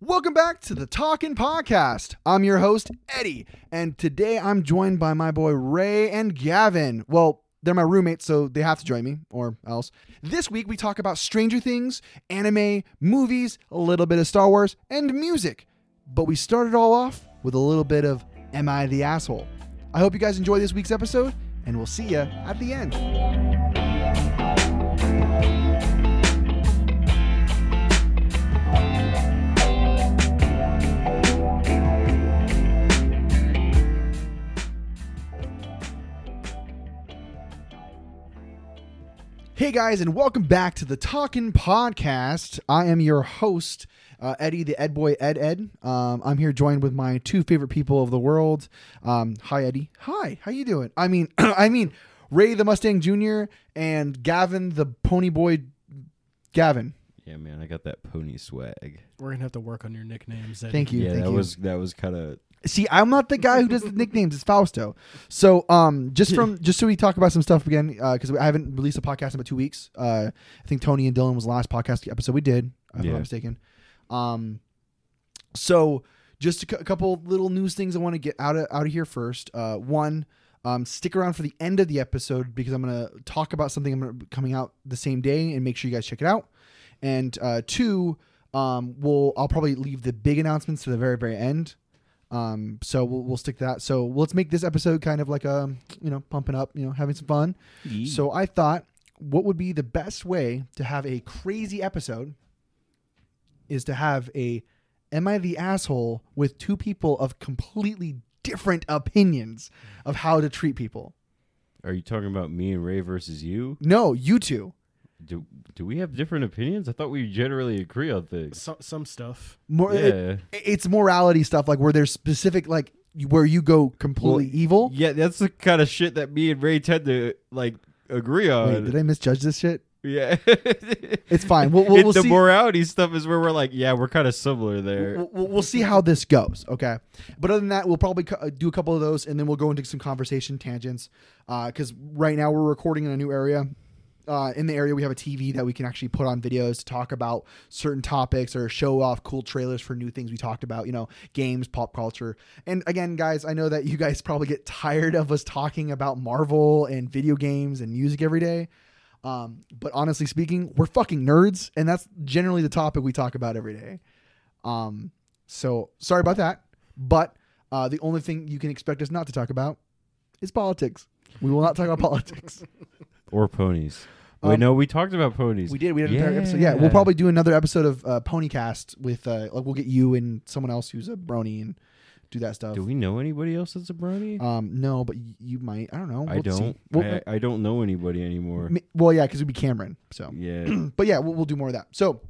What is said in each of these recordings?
Welcome back to the Talking Podcast. I'm your host, Eddie, and today I'm joined by my boy Ray and Gavin. Well, they're my roommates, so they have to join me or else. This week we talk about Stranger Things, anime, movies, a little bit of Star Wars, and music. But we start it all off with a little bit of Am I the Asshole? I hope you guys enjoy this week's episode, and we'll see you at the end. Hey guys, and welcome back to the Talking Podcast. I am your host, uh, Eddie the Ed Boy Ed Ed. Um, I'm here joined with my two favorite people of the world. Um, hi Eddie. Hi. How you doing? I mean, I mean, Ray the Mustang Jr. and Gavin the Pony Boy. Gavin. Yeah, man, I got that pony swag. We're gonna have to work on your nicknames. Eddie. Thank you. yeah, thank that you. was that was kind of See, I'm not the guy who does the nicknames. It's Fausto. So, um, just from just so we talk about some stuff again, because I haven't released a podcast in about two weeks. Uh, I think Tony and Dylan was the last podcast episode we did, if I'm Yeah. not mistaken. Um, so just a cou- a couple little news things I want to get out of out of here first. Uh, one, um, stick around for the end of the episode because I'm gonna talk about something I'm gonna, coming out the same day, and make sure you guys check it out. And uh, two, um, we'll I'll probably leave the big announcements to the very very end. Um, so we'll, we'll stick to that. So let's make this episode kind of like a you know pumping up, you know, having some fun. So I thought, what would be the best way to have a crazy episode? Is to have a "Am I the asshole?" with two people of completely different opinions of how to treat people. Are you talking about me and Ray versus you? No, you two. Do do we have different opinions? I thought we generally agree on things. So, some stuff. More, yeah. it- it's morality stuff like where there's specific like where you go completely evil. yeah, that's the kind of shit that me and Ray tend to like agree on. Wait, did I misjudge this shit? yeah. It's fine. We'll, we'll, It- we'll the see. morality stuff is where we're like, yeah, we're kind of similar there. we'll, we'll- we'll see how this goes. Okay. But other than that, we'll probably co- uh, do a couple of those and then we'll go into some conversation tangents. Because right now we're recording in a new area. Uh, in the area, we have a TV that we can actually put on videos to talk about certain topics or show off cool trailers for new things we talked about, you know, games, pop culture. And again, guys, I know that you guys probably get tired of us talking about Marvel and video games and music every day. Um, but honestly speaking, we're fucking nerds, and that's generally the topic we talk about every day. Um, so sorry about that, but uh, the only thing you can expect us not to talk about is politics. We will not talk about politics. or ponies. Um, Wait, no, we talked about ponies. We did. We did an entire episode. Yeah, we'll probably do another episode of uh, Ponycast with uh, like we'll get you and someone else who's a brony and do that stuff. Do we know anybody else that's a brony? Um, no, but y- you might. I don't know. I We'll see. don't. Well, I, I don't know anybody anymore. m- well, yeah, because we'd be Cameron. So, yeah. but yeah, we'll, we'll do more of that. So,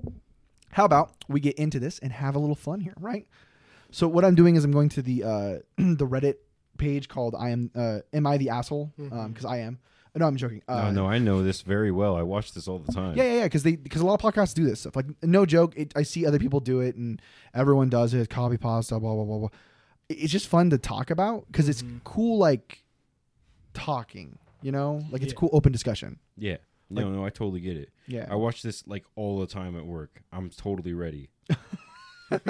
how about we get into this and have a little fun here, right? So, what I'm doing is I'm going to the uh, the Reddit page called "I am uh, Am I the asshole?" Because I am. No, I'm joking. Uh, No, no, I know this very well. I watch this all the time. Yeah, yeah, yeah. Because they because a lot of podcasts do this stuff. Like no joke, it, I see other people do it, and everyone does it. Copy pasta, blah blah blah blah. It- It's just fun to talk about because it's cool, like talking. You know, like it's Yeah. cool, open discussion. Yeah. No, no, I totally get it. Yeah. I watch this like all the time at work. I'm totally ready. like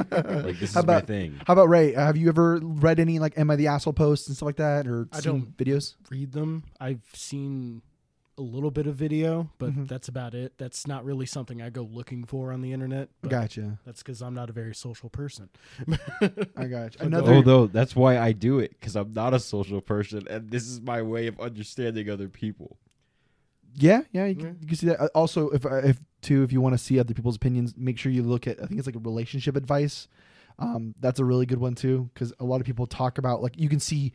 this How is my about- thing. How about Ray? Have you ever read any like "Am I the asshole?" posts and stuff like that, or I seen don't. videos? Read them. I've seen a little bit of video, but Mm-hmm. Mhm. that's about it. That's not really something I go looking for on the internet. But Gotcha. That's because I'm not a very social person. I gotcha. Like, Another. Although that's why I do it because I'm not a social person, and this is my way of understanding other people. yeah, yeah. You, Yeah. Can, you can see that. Uh, Also, if uh, if too, if you want to see other people's opinions, make sure you look at. I think it's like a relationship advice. Um, that's a really good one too, because a lot of people talk about like you can see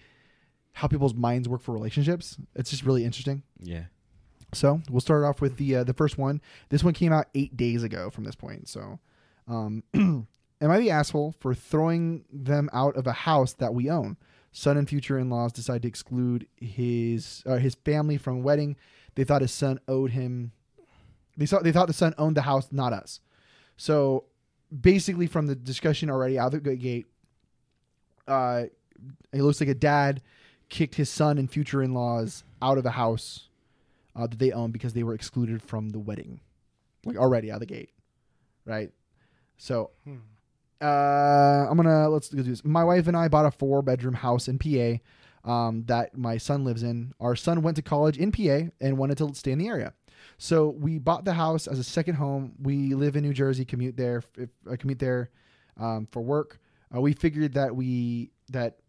how people's minds work for relationships. It's just really interesting. Yeah. So we'll start off with the uh, the first one. This one came out eight days ago from this point. So, um, am I the asshole for throwing them out of a house that we own? Son and future in laws decide to exclude his uh, his family from wedding. They thought his son owed him. They thought they thought the son owned the house, not us. So, basically, from the discussion already out of the gate, uh, it looks like a dad kicked his son and future in laws out of the house uh, that they own because they were excluded from the wedding, like already out of the gate, right? So Hmm. uh, I'm gonna let's do this. My wife and I bought a four bedroom house in PA um, that my son lives in. Our son went to college in PA and wanted to stay in the area, so we bought the house as a second home. We live in New Jersey, commute there, if I commute there um, for work. Uh, we figured that we that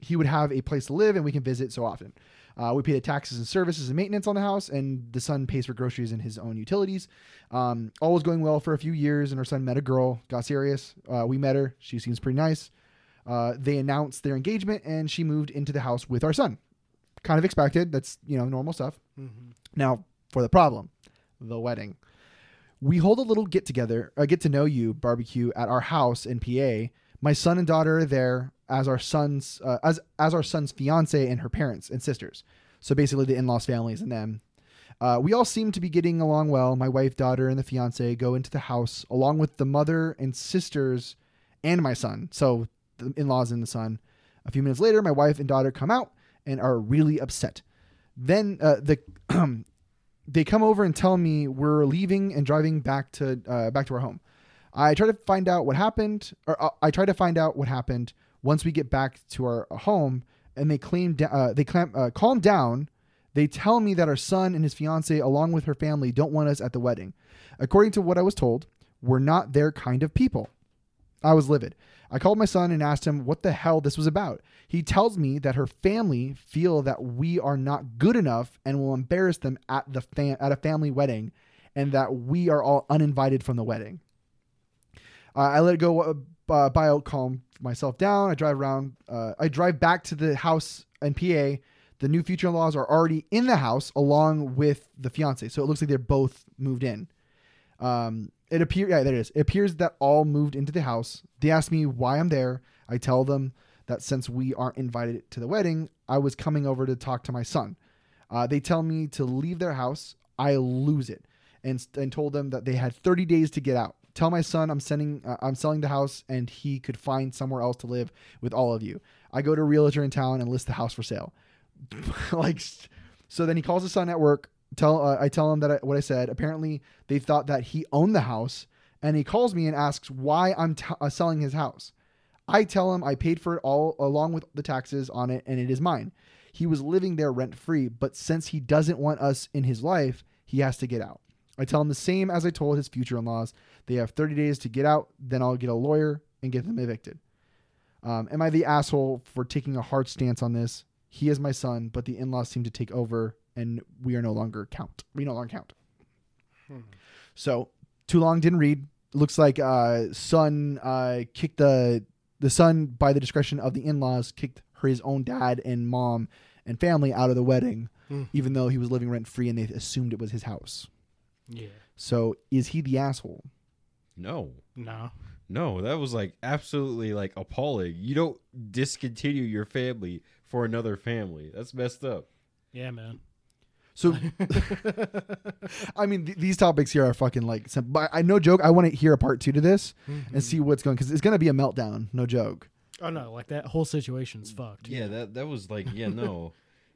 he would have a place to live and we can visit so often. Uh, we pay the taxes and services and maintenance on the house, and the son pays for groceries and his own utilities. Um, all was going well for a few years, and our son met a girl, got serious. Uh, we met her; she seems pretty nice. Uh, they announced their engagement, and she moved into the house with our son. Kind of expected. That's you know normal stuff. Mhm. Now for the problem, the wedding. We hold a little get together, a get to know you barbecue at our house in PA. My son and daughter are there as our son's uh, as as our son's fiance and her parents and sisters. So basically, the in-laws families and them. Uh, we all seem to be getting along well. My wife, daughter, and the fiance go into the house along with the mother and sisters and my son. So the in-laws and the son. A few minutes later, my wife and daughter come out and are really upset. Then uh, the they come over and tell me we're leaving and driving back to uh, back to our home. I try to find out what happened, or uh, I try to find out what happened once we get back to our uh, home. And they claim da- uh, they clam- uh, calm down. They tell me that our son and his fiance, along with her family, don't want us at the wedding. According to what I was told, we're not their kind of people. I was livid. I called my son and asked him what the hell this was about. He tells me that her family feel that we are not good enough and will embarrass them at the fam- at a family wedding, and that we are all uninvited from the wedding. Uh, I let it go uh, uh, by out, calm myself down. I drive around. Uh, I drive back to the house in PA. The new future in-laws are already in the house along with the fiance, so it looks like they're both moved in. Um, it appears, yeah, there it is. It appears that all moved into the house. They ask me why I'm there. I tell them that since we aren't invited to the wedding, I was coming over to talk to my son. Uh, they tell me to leave their house. I lose it, and and told them that they had 30 days to get out. Tell my son I'm sending, uh, I'm selling the house, and he could find somewhere else to live with all of you. I go to a realtor in town and list the house for sale. like, so then he calls his son at work. Tell uh, I tell him that I, what I said. Apparently, they thought that he owned the house, and he calls me and asks why I'm t- uh, selling his house. I tell him I paid for it all along with the taxes on it and it is mine. He was living there rent free, but since he doesn't want us in his life, he has to get out. I tell him the same as I told his future in laws. They have 30 days to get out, then I'll get a lawyer and get them evicted. Um, am I the asshole for taking a hard stance on this? He is my son, but the in laws seem to take over and we are no longer count. We no longer count. So too long didn't read. Looks like uh, son uh, kicked the the son by the discretion of the in laws kicked her, his own dad and mom and family out of the wedding, Hmm. even though he was living rent free and they assumed it was his house. Yeah. So is he the asshole? No. No. No, that was like absolutely like appalling. You don't discontinue your family for another family. That's messed up. Yeah, man. So I mean, th- these topics here are fucking like, sim- but I no joke. I want to hear a part two to this and see what's going because it's gonna be a meltdown. No joke. Oh no, like that whole situation's fucked. Yeah, that that was like, yeah, no.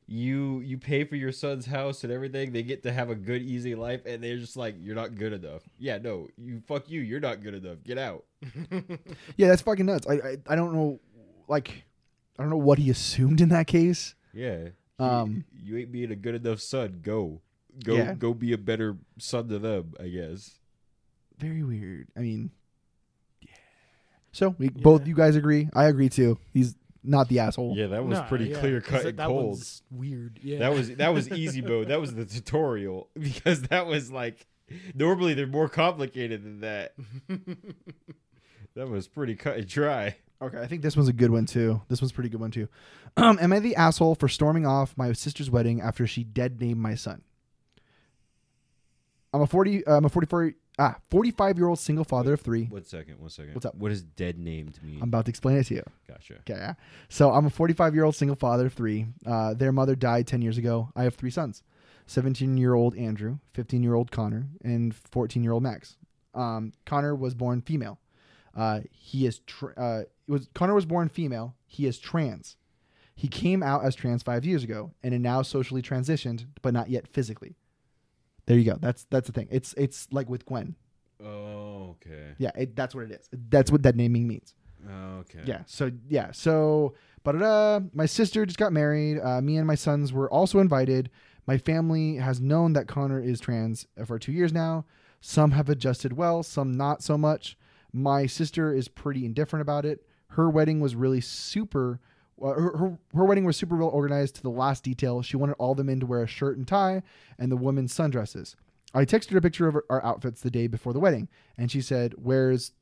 you you pay for your son's house and everything. They get to have a good easy life and they're just like you're not good enough. Yeah, no. You fuck you. You're not good enough. Get out. Yeah, that's fucking nuts. I I, I don't know, like, I don't know what he assumed in that case. Yeah. He- Um, you ain't being a good enough son. Go. Go Yeah. go be a better son to them, I guess. very weird. I mean, so we both Yeah. you guys agree. I agree too. He's not the asshole. Yeah, that was Nah, pretty yeah, clear 'cause cut that- and that cold. one's weird. Yeah. That was that was easy mode. That was the tutorial because that was like normally they're more complicated than that. that was pretty cut and dry. Okay, I think this one's a good one too. This one's a pretty good one too. Um, am I the asshole for storming off my sister's wedding after she dead named my son? I'm a forty. Uh, I'm a forty-four. Ah, forty-five year old single father of three. One second, one second. What's up? What does dead named mean? I'm about to explain it to you. gotcha. Okay. So I'm a 45 year old single father of three. Uh, their mother died 10 years ago. I have three sons 17 year old Andrew, 15 year old Connor, and 14 year old Max. Um, Connor was born female. Uh, he is tr- uh, it was Connor was born female. He is trans. He came out as trans five years ago and is now socially transitioned, but not yet physically. There you go. That's that's the thing. It's it's like with Gwen. Oh, Okay. Yeah, it, that's what it is. That's what that naming means. Okay. Yeah. So yeah. So but uh, my sister just got married. Uh, me and my sons were also invited. My family has known that Connor is trans for two years now. Some have adjusted well, some not so much. My sister is pretty indifferent about it. Her wedding was really super. Uh, her, her, her wedding was super well organized to the last detail. She wanted all the men to wear a shirt and tie and the women sundresses. I texted her a picture of our outfits the day before the wedding, and she said, "Where's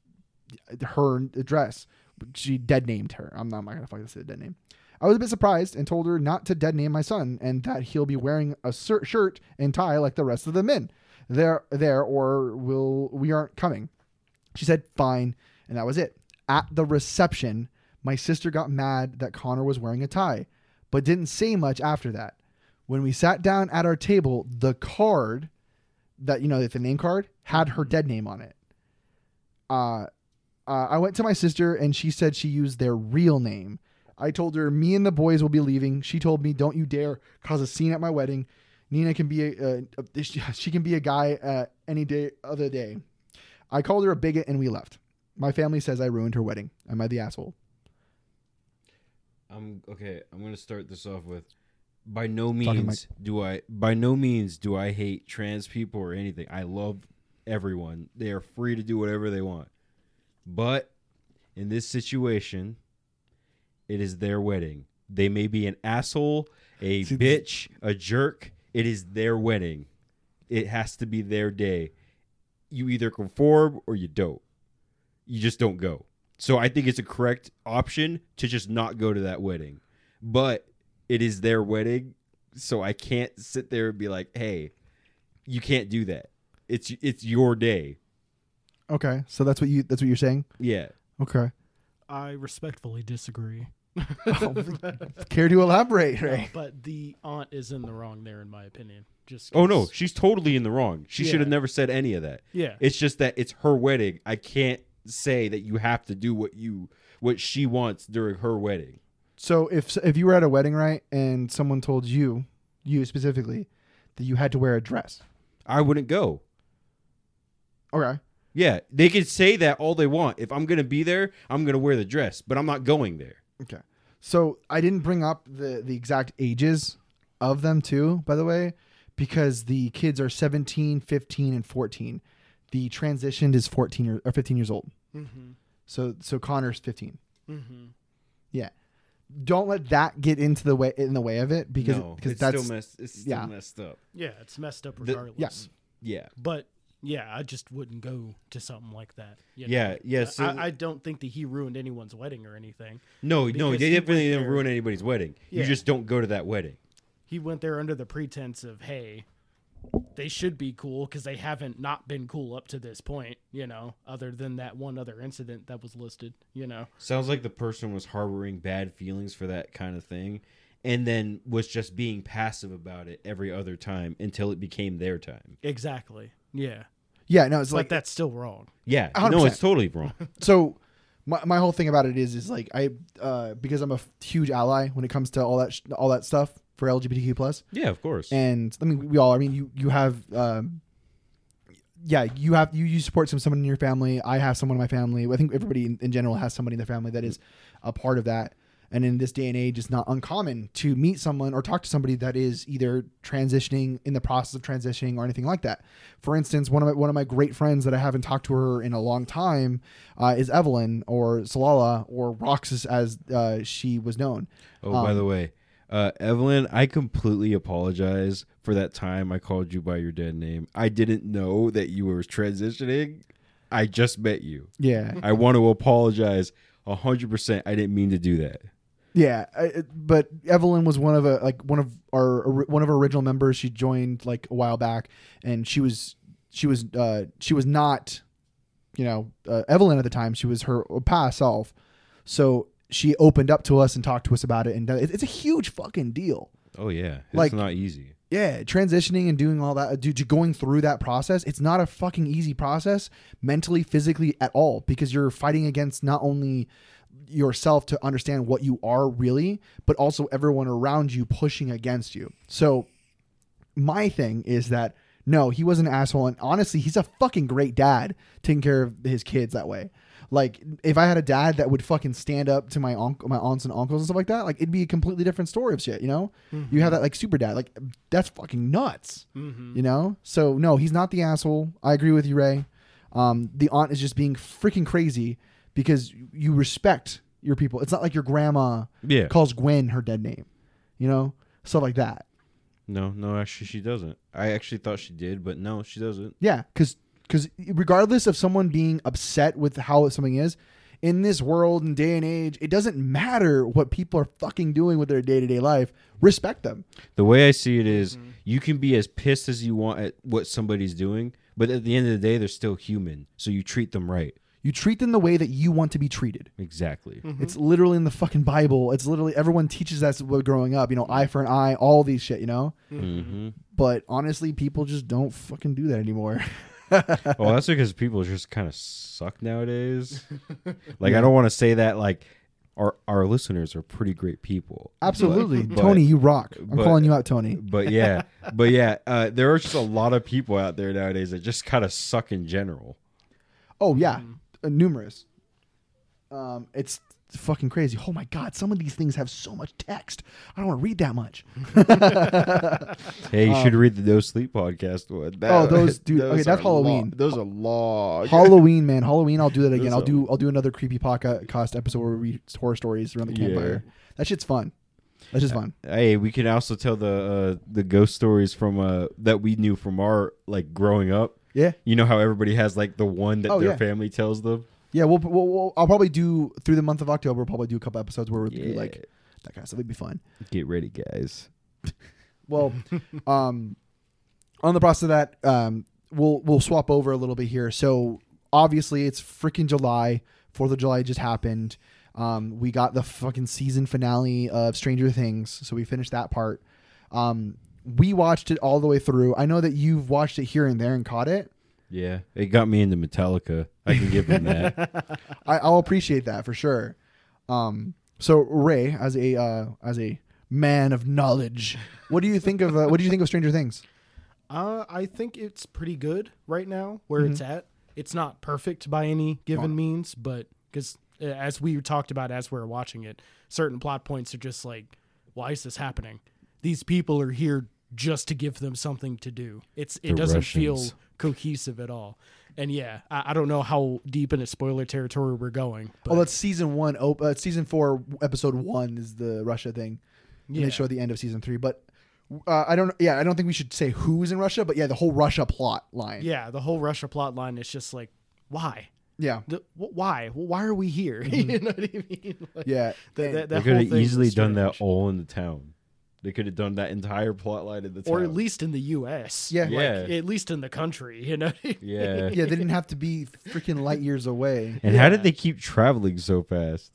her dress?" she dead named her. I'm not, I'm not gonna fucking say the dead name. I was a bit surprised and told her not to dead name my son and that he'll be wearing a sir- shirt and tie like the rest of the men. There, there, or will we aren't coming. She said fine, and that was it. At the reception, my sister got mad that Connor was wearing a tie, but didn't say much after that. When we sat down at our table, the card that you know, the name card had her dead name on it. Uh uh, I went to my sister and she said she used their real name. I told her me and the boys will be leaving. She told me, "Don't you dare cause a scene at my wedding. Nina can be a, uh, she can be a guy uh, any day other day." I called her a bigot and we left. My family says I ruined her wedding. Am I the asshole? I'm okay. I'm gonna start this off with. By no Talking to means do I. By no means do I hate trans people or anything. I love everyone. They are free to do whatever they want. But in this situation, it is their wedding. They may be an asshole, a See, this- bitch, a jerk. It is their wedding. It has to be their day. You either conform or you don't. You just don't go. So I think it's a correct option to just not go to that wedding. But it is their wedding, so I can't sit there and be like, "Hey, you can't do that. It's it's your day." Okay, so that's what you that's what you're saying. Yeah. Okay, I respectfully disagree. Oh, care to elaborate, No, Ray? but the aunt is in the wrong there, in my opinion. Just Oh no, 'cause- she's totally in the wrong. She should have Yeah. never said any of that. yeah, It's just that it's her wedding. I can't say that you have to do what you what she wants during her wedding. So if if you were at a wedding, right, and someone told you, you specifically, that you had to wear a dress. I wouldn't go. Okay. Yeah, they could say that all they want. If I'm going to be there, I'm going to wear the dress, but I'm not going there. Okay. So I didn't bring up the the exact ages of them too, by the way, because the kids are 17, 15 and 14. The transitioned is 14 or, or 15 years old. mm-hmm. So so Connor's 15. Mm-hmm. Don't let that get into the way in the way of it because No, because it's that's still messed it's still yeah. messed up. yeah, it's messed up The- regardless. yes. Yeah. but yeah, I just wouldn't go to something like that. you know? Yeah, yeah, so- I, I don't think that he ruined anyone's wedding or anything. No, no, Because they he went definitely didn't there- ruin anybody's wedding. You Yeah. just don't go to that wedding. He went there under the pretense of, hey, they should be cool because they haven't not been cool up to this point, you know, other than that one other incident that was listed, you know. Sounds like the person was harboring bad feelings for that kind of thing and then was just being passive about it every other time until it became their time. Exactly. Yeah. yeah, no, it's But like that's still wrong. Yeah. No, 100%. it's totally wrong. so my, my whole thing about it is is like I uh because I'm a f- huge ally when it comes to all that sh- all that stuff for LGBTQ plus. yeah, of course. and I mean we all. I mean you you have um, yeah you have you you support some someone in your family. I have someone in my family. I think everybody in, in general has somebody in their family that is a part of that. And in this day and age, it's not uncommon to meet someone or talk to somebody that is either transitioning in the process of transitioning or anything like that. For instance, one of my, one of my great friends that I haven't talked to her in a long time uh, is Evelyn or Salala or Roxas as uh, she was known. Oh, um, by the way, uh, Evelyn, I completely apologize for that time I called you by your dead name. I didn't know that you were transitioning. I just met you. Yeah, I want to apologize a hundred percent. I didn't mean to do that. Yeah, I, it- but Evelyn was one of a like one of our or- one of our original members. She joined like a while back, and she was she was uh she was not, you know, uh, Evelyn at the time. She was her past self, so she opened up to us and talked to us about it. And uh, it- it's a huge fucking deal. Oh yeah, it's Like- not easy. Yeah, Yeah, transitioning and doing all that, dude, you going through that process, it's not a fucking easy process mentally, physically at all because you're fighting against not only yourself to understand what you are really, but also everyone around you pushing against you. So, my thing is that No, he was an asshole. And honestly, he's a fucking great dad taking care of his kids that way. Like, if I had a dad that would fucking stand up to my uncle, my aunts and uncles and stuff like that, like it'd be a completely different story of shit. You know, you have that like super dad. Like that's fucking nuts. Mm-hmm. You know. So no, he's not the asshole. I agree with you, Ray. Um, the aunt is just being freaking crazy because you respect your people. It's not like your grandma Yeah. calls Gwen her dead name. You know, stuff like that. No, no, actually, she doesn't. I actually thought she did, but no, she doesn't. Yeah, because regardless of someone being upset with how something is in this world and day and age, it doesn't matter what people are fucking doing with their day to day life. Respect them. The way I see it is you can be as pissed as you want at what somebody's doing, but at the end of the day, they're still human. So you treat them right. You treat them the way that you want to be treated. Exactly. It's literally in the fucking Bible. It's literally everyone teaches us what growing up. You know, eye for an eye, all these shit. You know, Mm-hmm. but honestly, people just don't fucking do that anymore. well, that's because people just kind of suck nowadays. like, I don't want to say that, like, our, our listeners are pretty great people. Absolutely, But- Tony, you rock. I'm but- calling you out, Tony. But yeah, but yeah, uh, there are just a lot of people out there nowadays that just kind of suck in general. Oh yeah, Mm-hmm. Uh, numerous. Um, it's fucking crazy. Oh my god, some of these things have so much text. I don't want to read that much. Hey, you Um, should read the No Sleep podcast one. That- Oh, those- dude, okay, that's are lo- Halloween. those are long. Halloween, man, Halloween. I'll do that again. That's I'll do I'll do another creepy podcast episode where we read horror stories around the Yeah. campfire. That shit's fun. That's just fun. hey, we can also tell the uh, the ghost stories from uh, that we knew from our like growing up. Yeah, You know how everybody has like the one that Oh, their yeah. family tells them. yeah. We'll, we'll, we'll I'll probably do through the month of October. We'll probably do a couple episodes where we do like that kind of stuff. It'd be fun. get ready, guys. Well, um, on the process of that, um, we'll we'll swap over a little bit here. So obviously, it's freaking July. Fourth of July just happened. Um, we got the fucking season finale of Stranger Things, so we finished that part. Um, we watched it all the way through. I know that you've watched it here and there and caught it. Yeah, it got me into Metallica. I can give them that. I, I'll appreciate that for sure. Um, so Ray, as a uh, as a man of knowledge, what do you think of uh, what do you think of Stranger Things? Uh, I think it's pretty good right now where it's Mm-hmm. at. It's not perfect by any given means, but because as we talked about as we were watching it, certain plot points are just like, why is this happening? These people are here just to give them something to do. It's it The doesn't Russians. feel cohesive at all. And yeah, I, I don't know how deep into spoiler territory we're going. But Oh, that's season one. Op- uh, season four, episode one is the Russia thing. And Yeah. they show at the end of season three. But uh, I don't. Yeah, I don't think we should say who's in Russia. But yeah, the whole Russia plot line. yeah, the whole Russia plot line is just like, why? yeah, The, wh- why? Why are we here? you know what I mean? Like, yeah. that- And- Mm-hmm. that- they that could whole have thing is easily done that strange. all in the town. They could have done that entire plot line in the town. or at least in the U.S. Yeah. Yeah. at least in the country, you know. yeah. yeah, they didn't have to be freaking light years away. And how did Yeah. they keep traveling so fast?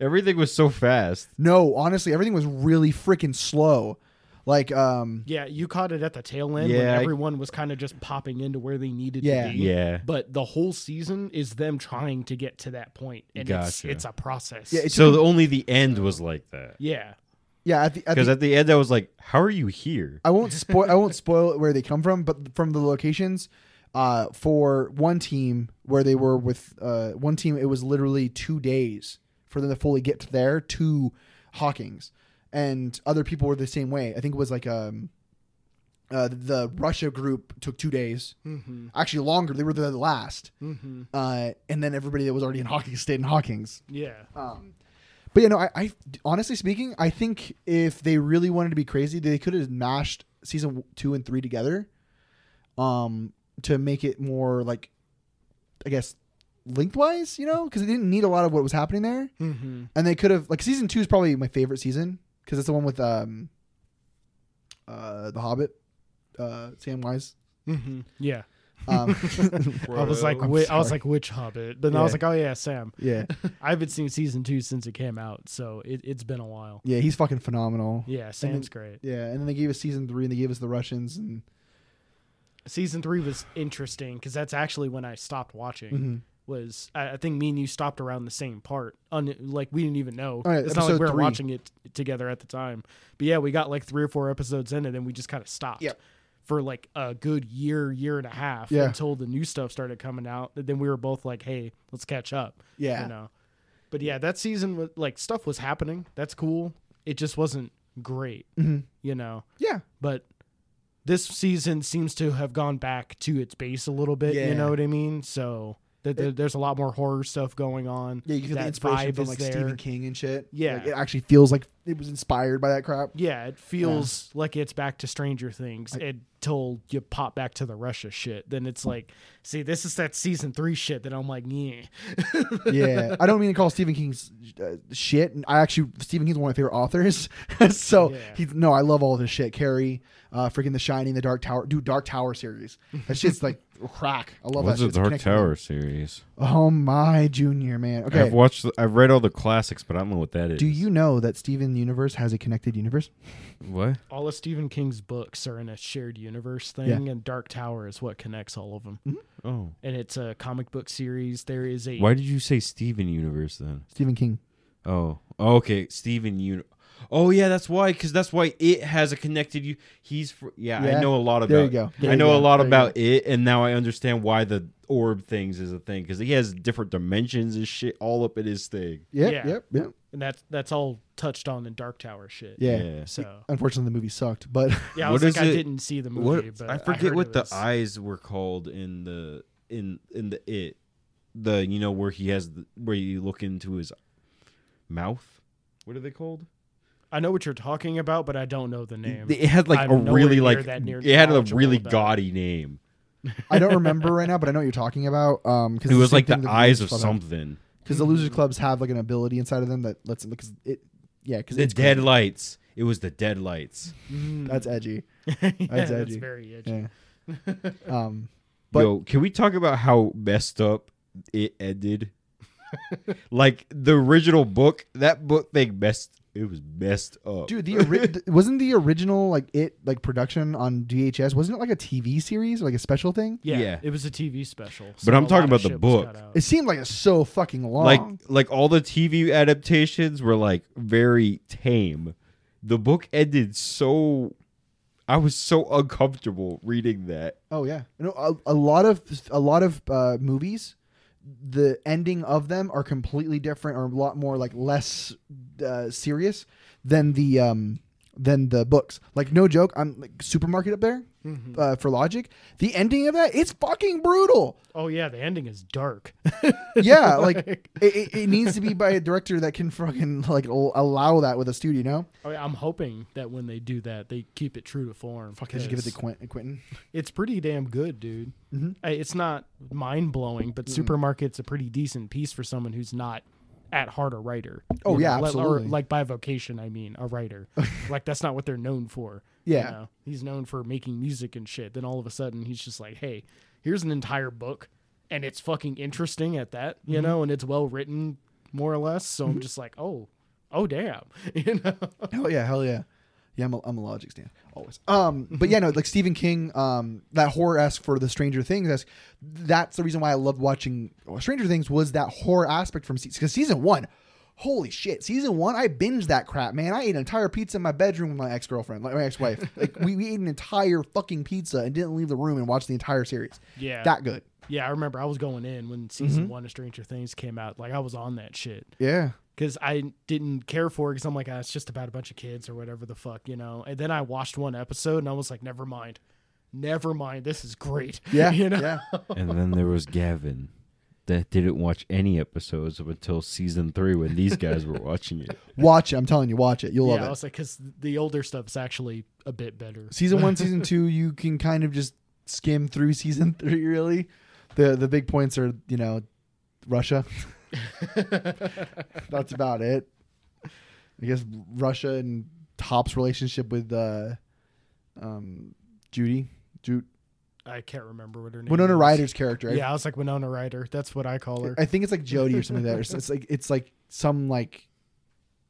Everything was so fast. No, honestly, everything was really freaking slow. Like, um, yeah, you caught it at the tail end when Yeah, I- everyone was kind of just popping into where they needed Yeah. to be. Yeah. But the whole season is them trying to get to that point, and it's Gotcha. it's a process. Yeah, it- So the, only the end was like that. yeah. yeah, at the, at Because the at the end, I was like, "How are you here?" I won't spoil. I won't spoil where they come from, but from the locations, uh, for one team where they were with uh, one team, it was literally two days for them to fully get to there to Hawkins, and other people were the same way. I think it was like um, uh, the Russia group took two days, Mm-hmm. actually longer. They were the last, Mm-hmm. uh, and then everybody that was already in Hawkins stayed in Hawkins. Yeah. Um, but you know, I, I honestly speaking, I think if they really wanted to be crazy, they could have mashed season two and three together, um, to make it more like, I guess, lengthwise. You know, because they didn't need a lot of what was happening there, Mm-hmm. and they could have like season two is probably my favorite season because it's the one with um, uh, the Hobbit, uh, Samwise. Mm-hmm. Yeah. Um, I was like, I'm whi- I sorry. was like, which Hobbit? But then I Yeah. was like, oh yeah, Sam. yeah, I haven't seen season two since it came out, so it, it's been a while. yeah, he's fucking phenomenal. Yeah, Sam's great. Yeah, and then they gave us season three, and they gave us the Russians, and season three was interesting because that's actually when I stopped watching. Mm-hmm. Was I, I think me and you stopped around the same part? Un, like we didn't even know. Oh, yeah, it's not like episode we were three. watching it t- together at the time. But yeah, we got like three or four episodes in, and then we just kind of stopped. Yep. for like a good year, year and a half Yeah. until the new stuff started coming out. And then we were both like, hey, let's catch up. Yeah. You know. But yeah, that season was like stuff was happening. That's cool. It just wasn't great, Mhm. you know. Yeah. But this season seems to have gone back to its base a little bit. Yeah. You know what I mean? So th- th- there's a lot more horror stuff going on. Yeah, you get the That inspiration vibe from is like there. Stephen King and shit. Yeah. Like, it actually feels like it was inspired by that crap. Yeah, it feels like it's back to Stranger Things until you pop back to the Russia shit. Then it's like, see, this is that season three shit that I'm like, yeah. yeah, I don't mean to call Stephen King's uh, shit. I actually Stephen King's one of my favorite authors. so Yeah. he no, I love all of his shit. Carrie, uh, freaking The Shining, The Dark Tower, dude, Dark Tower series. That shit's like crack. I love What's that. the shit. It's Dark connected to me. Tower series? Oh my junior man. Okay. I've watched. the- I've read all the classics, but I don't know what that is. Do you know that Steven Universe has a connected universe? What? All of Stephen King's books are in a shared universe thing, and Dark Tower is what connects all of them. Mm-hmm. Oh, And it's a comic book series. There is a why did you say Steven Universe then? Stephen King. Oh, okay, Steven Uni. Oh yeah, that's why. Because that's why it has a connected. U- he's fr- yeah, Yeah, I know a lot about. there you go. There I you know go, a lot there you about it, and now I understand why the orb things is a thing. Because he has different dimensions and shit all up in his thing. Yep, Yeah. yep, yep. and that's that's all touched on in Dark Tower shit. Yeah. So Unfortunately, the movie sucked, but yeah, I What was like, is I it- didn't see the movie, What- but I forget heard what it the was- eyes were called in the in in the it the you know where he has the, where you look into his mouth. What are they called? I know what you're talking about, but I don't know the name. It had like I'm a nowhere really near like that near it had a knowledgeable really about it. gaudy name. I don't remember right now. But I know what you're talking about. Um, because It was like the eyes of something. Because the Losers Clubs have like an ability inside of them that lets them. Because it, yeah, because The it's dead lights. It was the dead lights. Mm. That's edgy. yeah, that's that's, edgy. very edgy. Yeah. um, But- But Yo, can we talk about how messed up it ended? like the original book, that book thing messed. It was messed up, dude, the ori- th- wasn't the original like it like production on DHS? Wasn't it like a TV series, like a special thing? Yeah, Yeah. it was a TV special. But I'm a talking about lot of the shit was book. cut out. It seemed like it's so fucking long. like like all the TV adaptations were like very tame. The book ended so. I was so uncomfortable reading that. oh yeah, you know, a, a lot of a lot of uh, movies, the ending of them are completely different or a lot more like less uh, serious than the um than the books. Like no joke, I'm like, supermarket up there uh, for Logic. The ending of that, it's fucking brutal. Oh yeah, the ending is dark. yeah, like it, it, it needs to be by a director that can fucking like al- allow that with a studio. You know, I- I'm hoping that when they do that, they keep it true to form. fuck, I should give it to 'cause Quentin. Quentin. It's pretty damn good, dude. Mhm. I- It's not mind blowing, Mm-hmm. but supermarket's a pretty decent piece for someone who's not at heart a writer. Oh, You yeah, le- absolutely. Or like by vocation, I mean a writer. like that's not what they're known for. Yeah. know? he's known for making music and shit. Then all of a sudden, he's just like, hey, here's an entire book, and it's fucking interesting at that, you Mm-hmm. know, and it's well written, more or less. So I'm just like, oh, oh damn, you know. Hell Mm-hmm. yeah, hell yeah, yeah. I'm a, I'm a Logic stan always. Um, but yeah, no, like Stephen King, um, that horror esque for the Stranger Things esque. That's the reason why I loved watching Stranger Things was that horror aspect from season because season one. Holy shit! Season one, I binged that crap, man. I ate an entire pizza in my bedroom with my ex girlfriend, like my ex wife. like we, we ate an entire fucking pizza and didn't leave the room and watched the entire series. Yeah. That good. Yeah, I remember I was going in when season Mm-hmm. one of Stranger Things came out. Like I was on that shit Yeah. because I didn't care for it because I'm like, ah, it's just about a bunch of kids or whatever the fuck, you know. And then I watched one episode and I was like, never mind, never mind. This is great. Yeah. you know. Yeah. And then there was Gavin that didn't watch any episodes up until season three when these guys were watching it. Watch it. I'm telling you, watch it. You'll Yeah, love I it. was like, because the older stuff's actually a bit better. Season one, season two, you can kind of just skim through season three. Really, the the big points are you know, Russia. That's about it. I guess Russia and Top's relationship with uh, um, Judy, Jude, I can't remember what her name. Winona is. Ryder's character. right? Yeah, I was like Winona Ryder. That's what I call her. I think it's like Jody or something like that. It's, it's like it's like some like,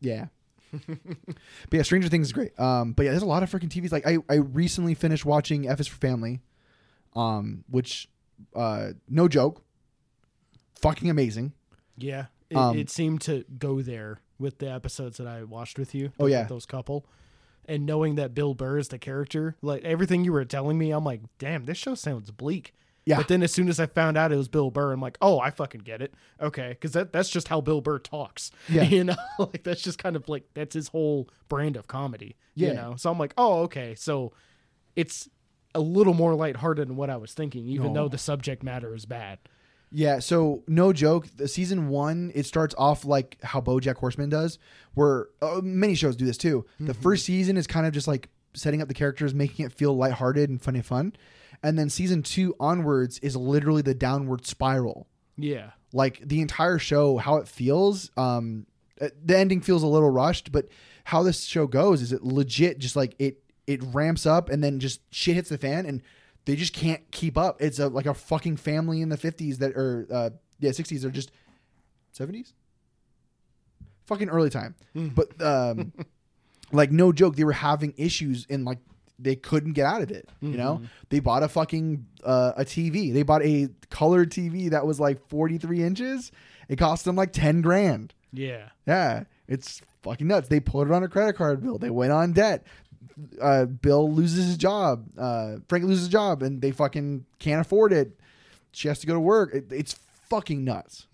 yeah. but yeah, Stranger Things is great. Um, but yeah, there's a lot of freaking TVs. Like I, I recently finished watching F is for Family, um, which, uh, no joke, fucking amazing. Yeah, it, Um, it seemed to go there with the episodes that I watched with you. Oh, yeah. those couple. and knowing that Bill Burr is the character, like everything you were telling me, I'm like, damn, this show sounds bleak. Yeah. But then as soon as I found out it was Bill Burr, I'm like, oh, I fucking get it. Okay, because that that's just how Bill Burr talks. Yeah. You know, like that's just kind of like that's his whole brand of comedy. Yeah. You know, so I'm like, oh, okay, so it's a little more lighthearted than what I was thinking, even No. though the subject matter is bad. Yeah, so no joke. The season one, it starts off like how BoJack Horseman does, where uh, many shows do this too. The first season is kind of just like setting up the characters, making it feel lighthearted and funny, fun, and then season two onwards is literally the downward spiral. Yeah. Like the entire show, how it feels. Um, uh, the ending feels a little rushed, but how this show goes is it legit just like it it ramps up and then just shit hits the fan and they just can't keep up. It's a like a fucking family in the fifties that are uh yeah sixties are just seventies, fucking early time. But um, like no joke, they were having issues and like they couldn't get out of it. You know, they bought a fucking uh, a TV. They bought a colored TV that was like forty three inches. It cost them like ten grand. Yeah. Yeah, it's fucking nuts. They put it on a credit card bill. They went on debt. Uh, Bill loses his job. Uh, Frank loses his job, and they fucking can't afford it. She has to go to work. It, it's fucking nuts,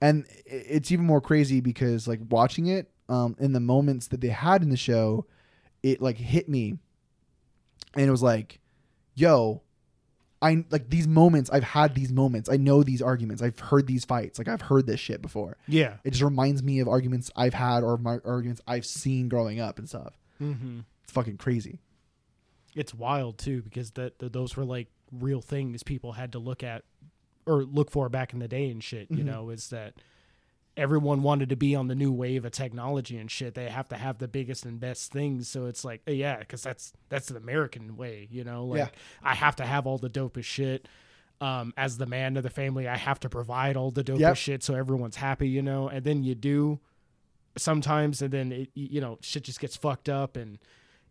and i- it's even more crazy because like watching it um, in the moments that they had in the show, it like hit me, and it was like, yo. I like these moments. I've had these moments. I know these arguments. I've heard these fights. Like I've heard this shit before Yeah. it just reminds me of arguments I've had or my arguments I've seen growing up and stuff. Mm-hmm. It's fucking crazy. it's wild too because that th- those were like real things people had to look at or look for back in the day and shit Mm-hmm. you know is that everyone wanted to be on the new wave of technology and shit they have to have the biggest and best things so it's like yeah because that's that's the american way you know like Yeah. i have to have all the dopest shit um, as the man of the family i have to provide all the dopest Yep. shit so everyone's happy you know and then you do sometimes and then it you know shit just gets fucked up and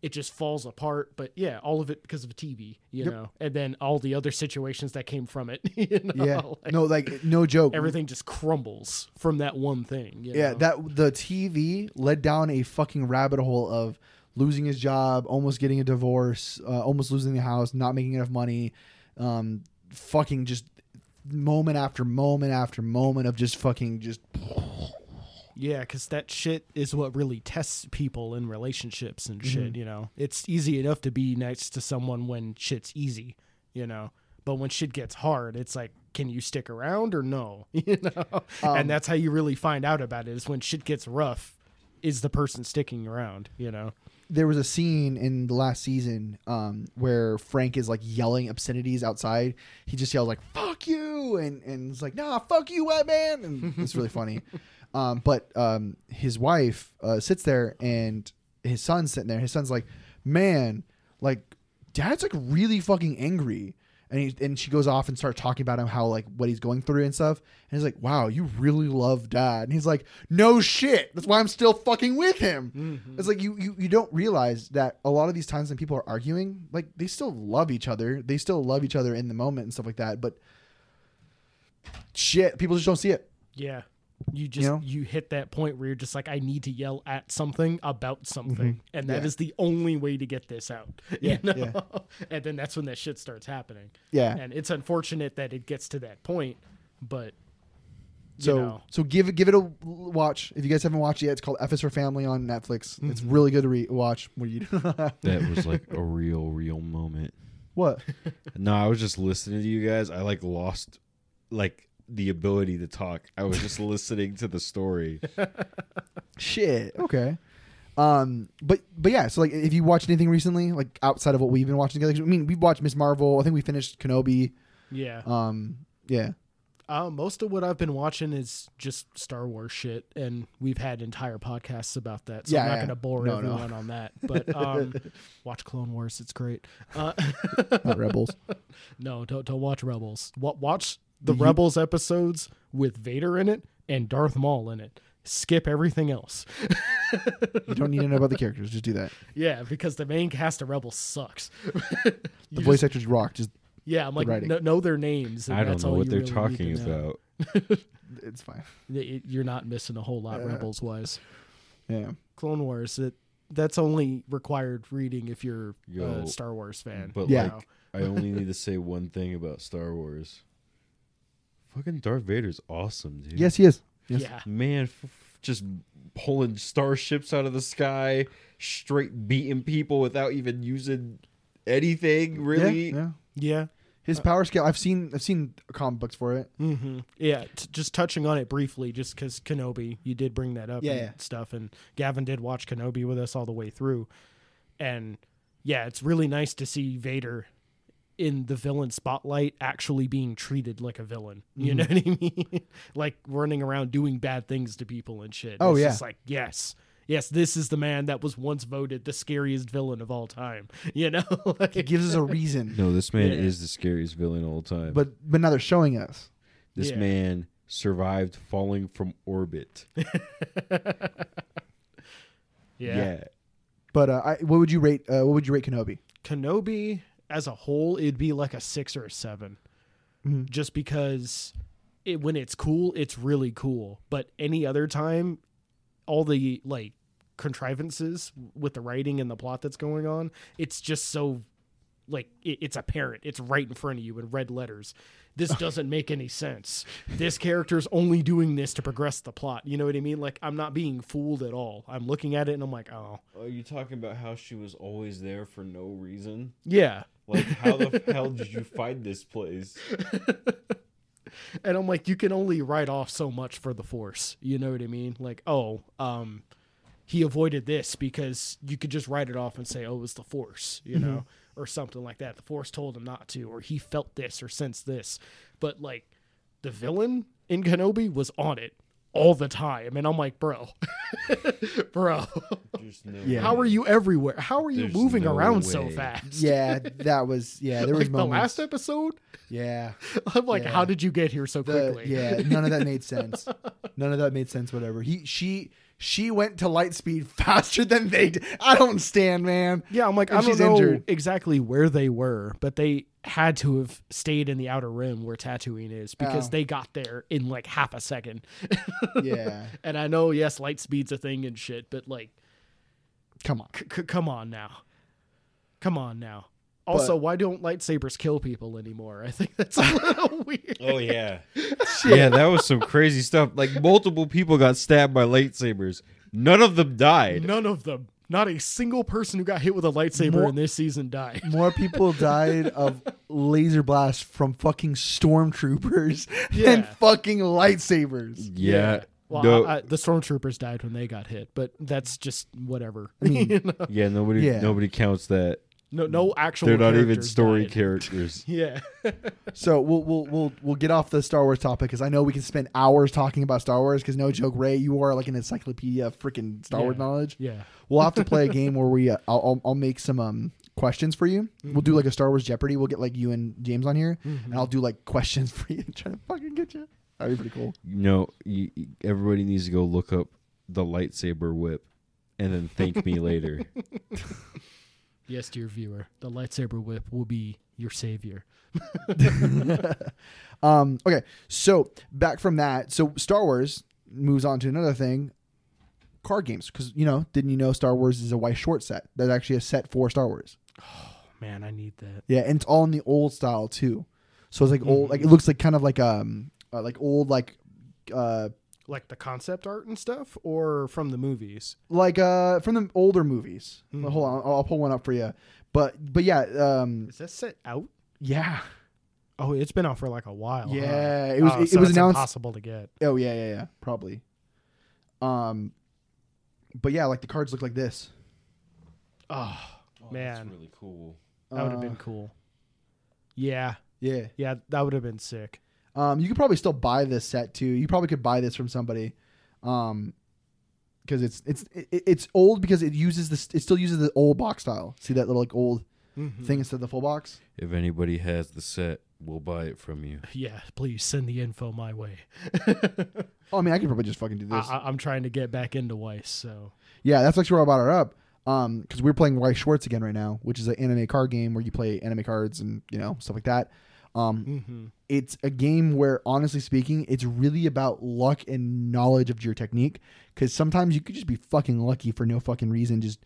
it just falls apart but yeah all of it because of tv you Yep. know and then all the other situations that came from it you know Yeah. Oh, like, no, like no joke. everything just crumbles from that one thing you Yeah, know? that the TV led down a fucking rabbit hole of losing his job, almost getting a divorce, uh, almost losing the house, not making enough money, um, fucking just moment after moment after moment of just fucking just yeah because that shit is what really tests people in relationships and shit Mm-hmm. you know it's easy enough to be nice to someone when shit's easy you know but when shit gets hard it's like can you stick around or no you know Um, and that's how you really find out about it is when shit gets rough is the person sticking around you know there was a scene in the last season um, where Frank is like yelling obscenities outside. He just yells like "fuck you" and and it's like "nah, fuck you, white man," and it's really funny. Um, but um, his wife uh, sits there and his son's sitting there. His son's like, "Man, like dad's like really fucking angry." And, he, and she goes off and starts talking about him how like what he's going through and stuff and he's like wow you really love dad and he's like no shit that's why i'm still fucking with him it's like you, you you don't realize that a lot of these times when people are arguing like they still love each other they still love each other in the moment and stuff like that but shit people just don't see it Yeah. You just know? you hit that point where you're just like, I need to yell at something about something. And that is Mm-hmm. Yeah. the only way to get this out. Yeah, You know? yeah. And then that's when that shit starts happening. Yeah. And it's unfortunate that it gets to that point, but you so know. so give it give it a watch if you guys haven't watched it yet it's called f is for family on netflix it's really good to re- watch what do you do That was like a real, real moment. what No, I was just listening to you guys. I like lost like the ability to talk. I was just listening to the story. Shit. Okay. Um, but but yeah, so like if you watched anything recently, like outside of what we've been watching together, 'cause, I mean we've watched Miss Marvel. I think we finished Kenobi. yeah. Um, yeah, Uh, most of what I've been watching is just Star Wars shit, and we've had entire podcasts about that. So Yeah, I'm not yeah. going to bore No, no. everyone on that. But um, watch Clone Wars; it's great. Uh, not Rebels. No, don't don't watch Rebels. Wa watch the Mm-hmm. You- Rebels episodes with Vader in it and Darth Maul in it. Skip everything else. You don't need to know about the characters. Just do that. Yeah, because the main cast of Rebels sucks. The voice actors rock. Just yeah, I'm like writing. kn- know their names. And I don't that's know all what you they're really talking need to know. about. it's fine. Y- y- You're not missing a whole lot Rebels wise. Yeah. Clone Wars. It that's only required reading if you're Yo, a Star Wars fan. but, Yeah. you know. I only need to say one thing about Star Wars. Fucking Darth Vader's awesome, dude. Yes, he is. Yes. yeah, man, f- f- just pulling starships out of the sky, straight beating people without even using anything really. Yeah, yeah. yeah, His power scale. I've seen. I've seen comic books for it. hmm yeah. T- just touching on it briefly, just because Kenobi, you did bring that up, Yeah, and yeah. stuff, and Gavin did watch Kenobi with us all the way through, and yeah, it's really nice to see Vader in the villain spotlight actually being treated like a villain. You Mm-hmm. know what I mean? like running around doing bad things to people and shit. Oh, it's yeah. just like yes. Yes, this is the man that was once voted the scariest villain of all time. You know, It Like- gives us a reason, No, this man Yeah. is the scariest villain all time. but but now they're showing us. this Yeah. man survived falling from orbit. yeah. But uh, I, what would you rate? Uh, what would you rate Kenobi? Kenobi as a whole, it'd be like a six or a 7 Mhm. just because it when it's cool, it's really cool. But any other time, all the like contrivances with the writing and the plot that's going on, it's just so like it, it's apparent. It's right in front of you in red letters. This doesn't make any sense. This character's only doing this to progress the plot. You know what I mean? Like I'm not being fooled at all. I'm looking at it and I'm like, oh Are you talking about how she was always there for no reason? yeah. Like, how the hell did you find this place? and I'm like, you can only write off so much for the force. You know what I mean? Like, oh, um, he avoided this because you could just write it off and say, oh, it was the force, you Mm-hmm. know, or something like that. The force told him not to, or he felt this or sensed this. But like, the villain in Kenobi was on it all the time, and I'm like, bro, bro, There's no Yeah. how are you everywhere? How are you There's moving no around so way. fast? Yeah, that was. Yeah, there was Like the moments. last episode, yeah, I'm like, Yeah. how did you get here so the- quickly? yeah. None of that made sense. None of that made sense. Whatever. He she she went to light speed faster than they. Did. I don't understand, man. Yeah, I'm like, And I don't she's know injured. exactly where they were, but they had to have stayed in the outer rim where Tatooine is because Oh. they got there in like half a second. Yeah, And I know, yes, light speed's a thing and shit, but like, come on. c- c- come on now. Come on now. Also, why don't lightsabers kill people anymore? I think that's a little weird. Oh, yeah. Shit. Yeah, that was some crazy stuff. Like multiple people got stabbed by lightsabers. None of them died. None of them, not a single person who got hit with a lightsaber More- in this season died. More people died of laser blast from fucking stormtroopers than Yeah. fucking lightsabers. Yeah. Well, no. I- I- the stormtroopers died when they got hit, but that's just whatever. You know? yeah. Nobody. Yeah. Nobody counts that. No, no actual. They're not even characters story died. characters. Yeah, So we'll we'll we'll we'll get off the Star Wars topic because I know we can spend hours talking about Star Wars. Because no joke, Ray, you are like an encyclopedia of freaking Star Wars Yeah. knowledge. yeah. We'll have to play a game where we uh, I'll, I'll I'll make some um questions for you. We'll do like a Star Wars Jeopardy. We'll get like you and James on here, and I'll do like questions for you, and try to fucking get you. That'd be pretty cool. You know, you, you- everybody needs to go look up the lightsaber whip, and then thank me later. Oh, Yes, dear viewer, the lightsaber whip will be your savior. Um, okay, so back from that, so Star Wars moves on to another thing, card games. Because you know, didn't you know Star Wars is a white short set? That's actually a set for Star Wars. Oh, Man, I need that. Yeah, and it's all in the old style too. So it's like old, like it looks like kind of like um, uh, like old like. Uh, Like the concept art and stuff, or from the movies. like uh, from the older movies. Mhm. Hold on, I'll, I'll pull one up for you. But but yeah, um, Is that set out? yeah, Oh, it's been out for like a while. huh? yeah. It was Oh, it, so it was it's announced impossible to get. Oh yeah, yeah, yeah, probably. Um, but yeah, like the cards look like this. Oh, Man. That's really cool. that would have Uh, been cool. Yeah, Yeah. yeah, that would have been sick. Um, you could probably still buy this set too. You probably could buy this from somebody, um, because it's it's it, it's old because it uses this. It still uses the old box style. See that little like old Mm-hmm. thing instead of the full box. If anybody has the set, we'll buy it from you. Yeah, please send the info my way. Oh, I mean, I could probably just fucking do I, this. I, I'm trying to get back into Weiss, so yeah, that's actually where I bought her up. Um, because we're playing Why Schwartz again right now, which is an anime card game where you play anime cards and you know stuff like that. Um, mm-hmm. it's a game where honestly speaking it's really about luck and knowledge of your technique Because sometimes you could just be fucking lucky for no fucking reason, just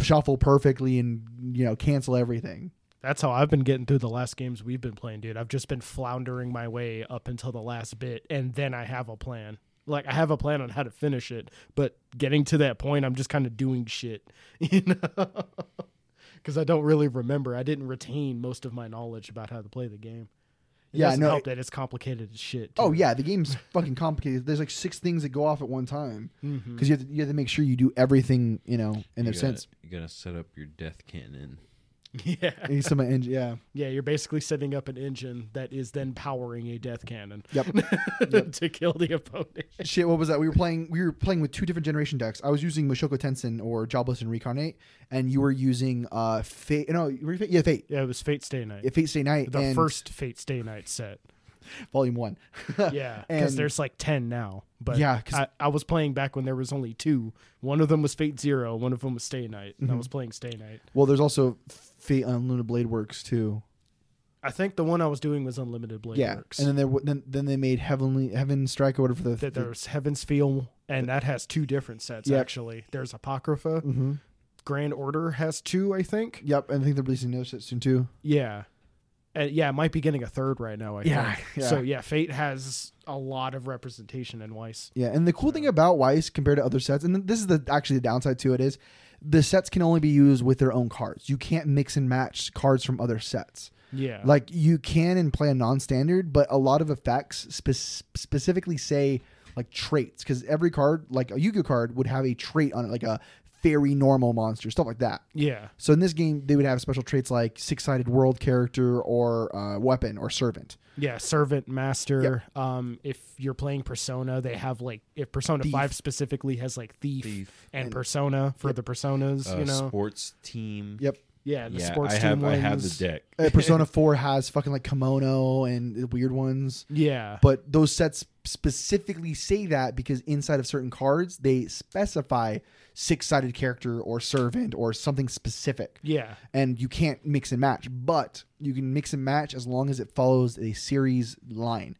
shuffle perfectly and you know cancel everything. That's how I've been getting through the last games we've been playing, dude. I've just been floundering my way up until the last bit, and then I have a plan. Like I have a plan on how to finish it, but getting to that point, I'm just kind of doing shit, you know, because I don't really remember. I didn't retain most of my knowledge about how to play the game. It Yeah, doesn't no, help it- that it's complicated as shit. Oh too. yeah, the game's fucking complicated. There's like six things that go off at one time because you have to you have to make sure you do everything you know in you their gotta, sense. You gotta set up your death cannon. yeah, And some and yeah, yeah. You're basically setting up an engine that is then powering a death cannon yep. to kill the opponent. Shit, what was that? We were playing. We were playing with two different generation decks. I was using Mashoko Tensen or Jobless and Recarnate, and you were using uh Fate. No, you were, Fate- yeah, Fate. Yeah, it was Fate's Day Night. Yeah, Fate Stay Night. the and first Fate's Day Night set. volume one. Yeah, because And- there's like ten now. But Yeah, yeah, 'cause- I, I was playing back when there was only two. One of them was Fate Zero. One of them was Stay Night, Mm-hmm. and I was playing Stay Night. Well, there's also Fate on Luna Blade Works too. I think the one I was doing was Unlimited Blade yeah, Works. and then there wa- then then they made Heavenly Heaven Strike or whatever for the. that the- there's Heaven's Feel, and that has two different sets Yep. actually. There's Apocrypha. Mhm. Grand Order has two, I think. Yep, and I think they're releasing another set soon too. Yeah. And yeah, it might be getting a third right now. I Yeah, think. yeah. So yeah, Fate has a lot of representation in Weiss. Yeah, and the cool thing about Weiss compared to other sets, and this is the actually the downside to it is, the sets can only be used with their own cards. You can't mix and match cards from other sets. Yeah. Like you can and play a non-standard, but a lot of effects spe- specifically say like traits because every card, like a Yu-Gi-Oh card, would have a trait on it, like a fairy normal monster, stuff like that. yeah. So in this game, they would have special traits like six-sided world character or uh, weapon or servant. Yeah, servant master. Um, if you're playing Persona, they have like if Persona Thief. Five specifically has like thief, Thief. and Persona for the Personas. Uh, you know, sports team. Yep. yeah, the yeah, sports I team have. ones. I have the deck. Uh, Persona Four has fucking like kimono and weird ones. Yeah, but those sets specifically say that because inside of certain cards they specify six-sided character or servant or something specific yeah, and you can't mix and match but you can mix and match as long as it follows a series line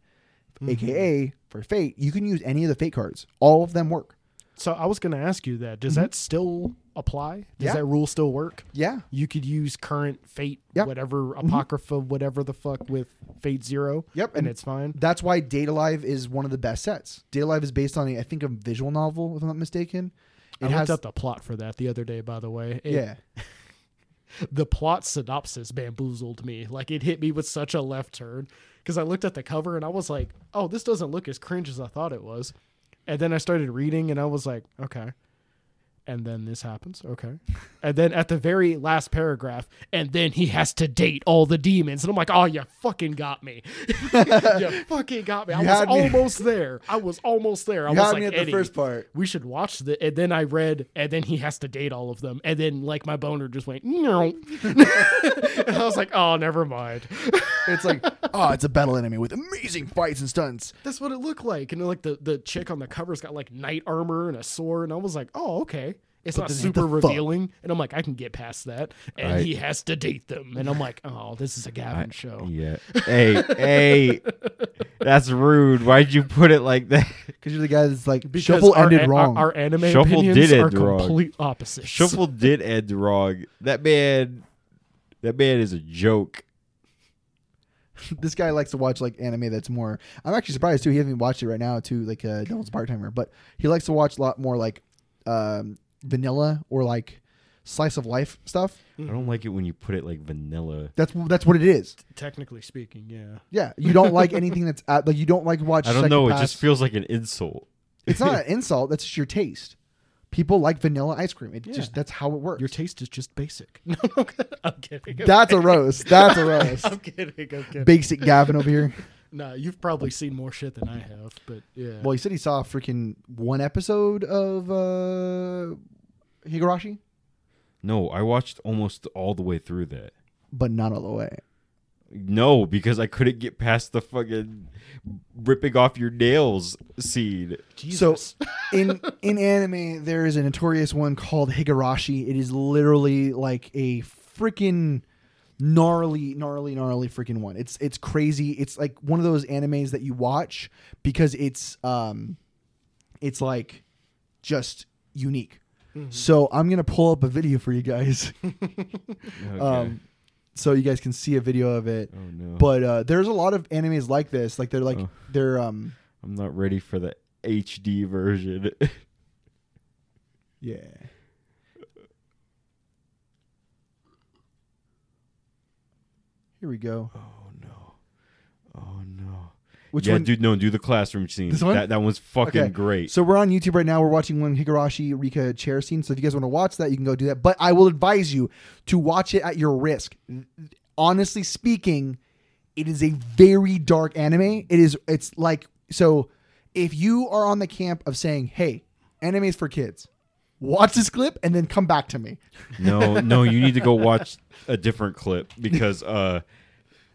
Mm-hmm. aka for fate you can use any of the fate cards all of them work So I was gonna ask you that. Does that still apply? Does Mm-hmm. Yeah. that rule still work? yeah You could use current Fate, Yep. Mm-hmm. whatever Apocrypha, whatever the fuck, with Fate Zero. Yep, and- and, it's fine. that's why Data Live is one of the best sets. Data Live is based on a, I think, a visual novel, if I'm not mistaken. It I has, looked up the plot for that the other day. By the way, It- yeah, the plot synopsis bamboozled me. Like it hit me with such a left turn because I looked at the cover and I was like, "Oh, this doesn't look as cringe as I thought it was." And then I started reading and I was like, "Okay." And then this happens. Okay. And then at the very last paragraph, and then he has to date all the demons. And I'm like, oh, you fucking got me. you fucking got me. I You was had me. almost there. I was almost there. I you was had like, me at the Eddie, first part. we should watch the and then I read and then he has to date all of them and then like my boner just went no and I was like oh never mind It's like, oh, it's a battle enemy with amazing fights and stunts. that's what it looked like and like the the chick on the cover's got like knight armor and a sword and I was like oh okay it's not then hit the super fuck. revealing and I'm like I can get past that and I- he has to date them and I'm like oh this is a Gavin show Yeah. hey, hey. That's rude. Why'd you put it like that? Because you're the guy that's like because shuffle our, ended an- wrong. our, our anime Shuffle opinions did it are wrong. complete opposites Shuffle did end wrong. That man that man is a joke. this guy likes to watch like anime that's more. I'm actually surprised too. He hasn't even watched it right now too, like uh, Devil's Bartimer. But he likes to watch a lot more like um, vanilla or like slice of life stuff. I don't like it when you put it like vanilla. That's that's what it is. technically speaking yeah Yeah, you don't like anything that's out, like you don't like watch. I don't know. It psychopaths. just feels like an insult. it's not an insult. That's just your taste. People like vanilla ice cream. It just that's how it works. your taste is just basic no I'm kidding, I'm kidding. that's a roast. That's a roast. I'm kidding. I'm kidding. Basic Gavin over here. Nah, you've probably seen more shit than I have, but yeah. Well, he said he saw freaking one episode of uh Higurashi, No, I watched almost all the way through that. but not all the way. No, because I couldn't get past the fucking ripping off your nails scene. Jesus. So in in anime, there is a notorious one called Higurashi. It is literally like a freaking gnarly, gnarly, gnarly freaking one. It's it's crazy. It's like one of those animes that you watch because it's um it's like just unique. So I'm gonna pull up a video for you guys, Okay. um, so you guys can see a video of it. oh no, But uh, there's a lot of animes like this. Like they're like Oh. they're um I'm not ready for the HD version. yeah. Here we go. oh no, oh no. Which yeah, one? dude, no, do the classroom scene. This one? That that one's fucking Okay. great. So we're on YouTube right now. We're watching one Higurashi Rika chair scene. So if you guys want to watch that, you can go do that. But I will advise you to watch it at your risk. Honestly speaking, it is a very dark anime. It is. It's like so. If you are on the camp of saying, "Hey, anime is for kids," watch this clip and then come back to me. No, no, you need to go watch a different clip because uh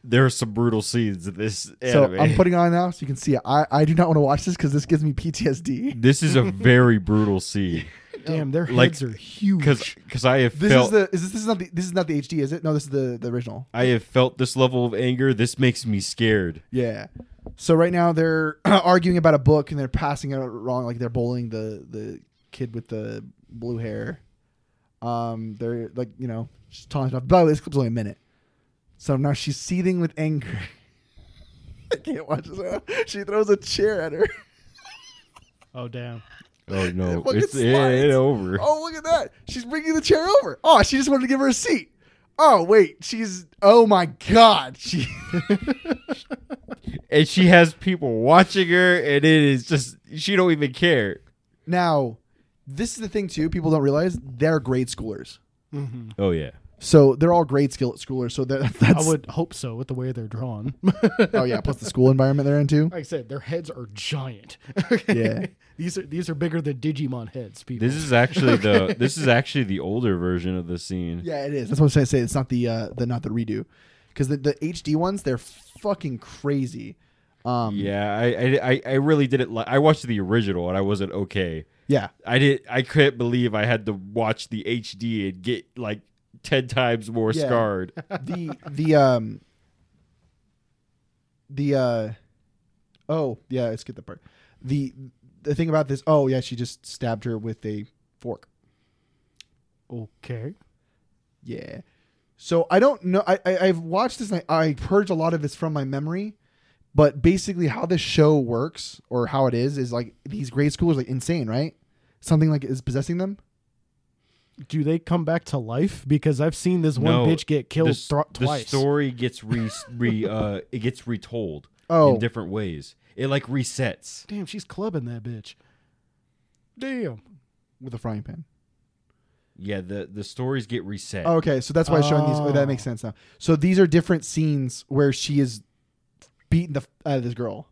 there are some brutal scenes in this anime. So I'm putting it on now so you can see it. I, I do not want to watch this because this gives me PTSD. this is a very brutal scene Damn, their Like- heads are huge. because I have This felt is the is this, this is not the this is not the HD, is it? No, this is the the original. I have felt this level of anger. This makes me scared. Yeah. So right now they're arguing about a book and they're passing it wrong, like they're bullying the the kid with the blue hair. Um, they're like you know just taunting off. By the way, this clip's only a minute, so now she's seething with anger. I can't watch this. She throws a chair at her. oh damn. Oh no, fucking it's yeah, slides. it's over. Oh look at that! She's bringing the chair over. Oh, she just wanted to give her a seat. Oh wait, she's oh my god, she. And she has people watching her, and it is just she don't even care. Now, this is the thing too. People don't realize they're grade schoolers, Oh yeah, so they're all grade skill schoolers. So that, I that's would hope so with the way they're drawn. oh yeah, plus the school environment they're in too. like I said, their heads are giant. Yeah. These are these are bigger than Digimon heads, people. this is actually the this is actually the older version of the scene. Yeah, it is. That's what I'm trying to say. It's not the uh, the not the redo, because the, the HD ones they're fucking crazy. Um, yeah. Yeah, I I, I- I really didn't like. I watched the original and I wasn't okay. yeah, I did. I couldn't believe I had to watch the HD and get like ten times more Yeah. scarred. the the um the uh oh yeah, let's get the part. The the thing about this. Oh yeah, she just stabbed her with a fork. okay. Yeah. So I don't know. I, I I've watched this. And I, I purged a lot of this from my memory, but basically how this show works or how it is is like these grade schoolers like insane, right? Something like is possessing them. Do they come back to life? Because I've seen this one No, bitch get killed the, s- thro- the twice. story gets re, re uh it gets retold Oh. in different ways. It like resets. Damn, she's clubbing that bitch. Damn. With a frying pan. Yeah, the the stories get reset. Okay, so that's why it's showing these. Oh, that makes sense now. So these are different scenes where she is beating the f- out of this girl.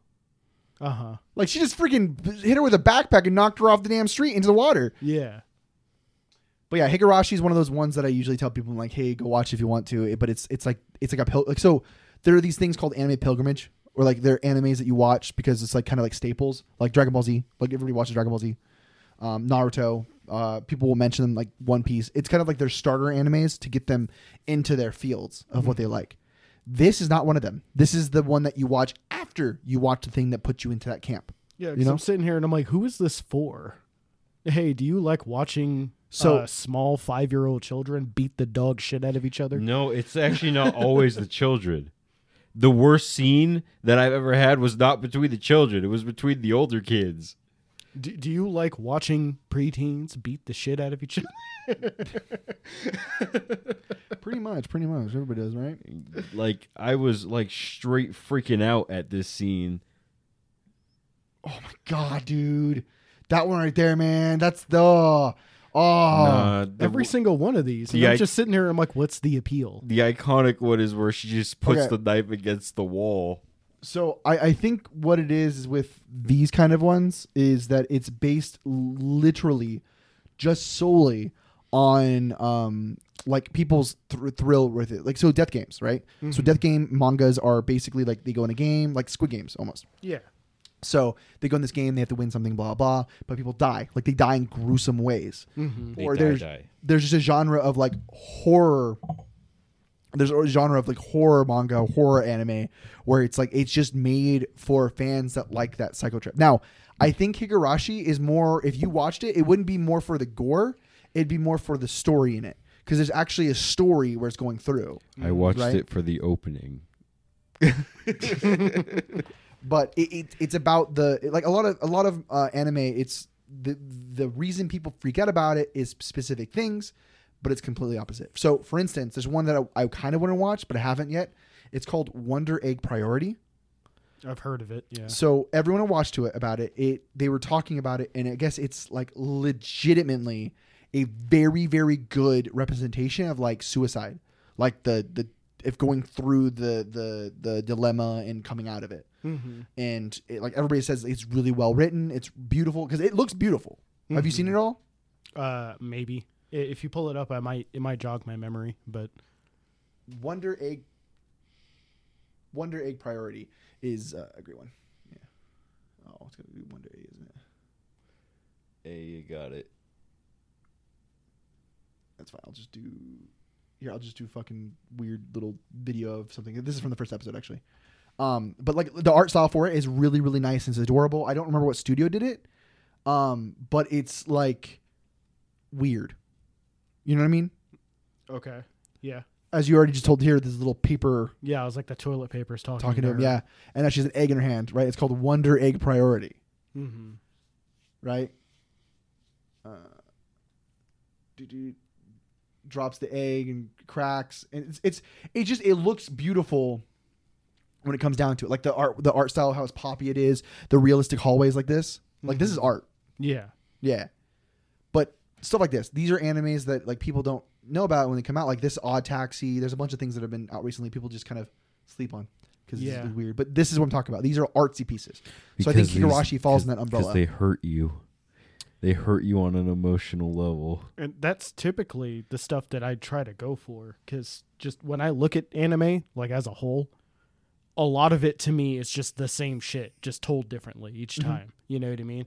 Uh huh. Like she just freaking hit her with a backpack and knocked her off the damn street into the water. Yeah. But yeah, Higurashi is one of those ones that I usually tell people I'm like, "Hey, go watch if you want to." It- But it's it's like it's like a pil- like so there are these things called anime pilgrimage or like they're animes that you watch because it's like kind of like staples, like Dragon Ball Z. Like everybody watches Dragon Ball Z, um, Naruto. Uh, people will mention them like One Piece. It's kind of like their starter animes to get them into their fields of what they like. This is not one of them. This is the one that you watch after you watch the thing that put you into that camp. Yeah. 'cause You know? I'm sitting here and I'm like, who is this for? Hey, do you like watching So- uh, small five year old children beat the dog shit out of each other? No, it's actually not always the children. The worst scene that I've ever had was not between the children. It was between the older kids. Do, do you like watching preteens beat the shit out of each other? pretty much, pretty much, everybody does, right? Like I was like straight freaking out at this scene. Oh my god, dude. That one right there, man. That's the oh Nah, Uh, the, Every single one of these. And Yeah, I'm I- just sitting here. I'm like, what's the appeal? the iconic one is where she just puts Okay. the knife against the wall. so I, I think what it is is with these kind of ones is that it's based literally just solely on um like people's thr thrill with it like so death games right so death game mangas are basically like they go in a game like squid games almost Yeah. so they go in this game they have to win something blah blah but people die like they die in gruesome ways They or die, there's die. there's just a genre of like horror there's a genre of like horror manga, horror anime, where it's like it's just made for fans that like that psycho trip. Now, I think Higurashi is more. If you watched it, it wouldn't be more for the gore. It'd be more for the story in it because there's actually a story where it's going through. I watched Right. it for the opening. But it, it, it's about the like a lot of a lot of uh, anime. It's the the reason people freak out about it is specific things, but it's completely opposite. So, for instance, there's one that I, I kind of want to watch, but I haven't yet. It's called Wonder Egg Priority. I've heard of it. Yeah. So everyone I watched to it about it, it they were talking about it, and I guess it's like legitimately a very very good representation of like suicide, like the the if going through the the the dilemma and coming out of it, Mm-hmm. and it, like everybody says, it's really well written, it's beautiful because it looks beautiful. Have you Mm-hmm. seen it all? Uh, maybe I- if you pull it up, I might it might jog my memory. But Wonder Egg. Wonder Egg Priority is uh, a great one. Yeah. Oh, it's gonna be Wonder Egg, isn't it? Hey, you got it. that's fine. I'll just do here. I'll just do fucking weird little video of something. This is from the first episode actually. Um, but like the art style for it is really really nice and it's adorable. I don't remember what studio did it, um, but it's like weird. You know what I mean? okay, yeah, As you already just told here, this little paper yeah. I was like the toilet paper's talking talking to him, yeah, and now she has an egg in her hand, right? It's called Wonder Egg Priority, Mm-hmm. right? Uh, doo-doo, drops the egg and cracks, and it's it's it just it looks beautiful when it comes down to it. Like the art, the art style, how it's poppy it is, the realistic hallways like this. Like this is art, Yeah. yeah. But stuff like this, these are animes that like people don't know about when they come out. Like this Odd Taxi, there's a bunch of things that have been out recently. People just kind of sleep on because Yeah. this is weird. But this is what I'm talking about. These are artsy pieces. so I think Higurashi falls in that umbrella. Because they hurt you. They hurt you on an emotional level. And that's typically the stuff that I try to go for because just when I look at anime, like as a whole, a lot of it to me is just the same shit, just told differently each time. You know what I mean?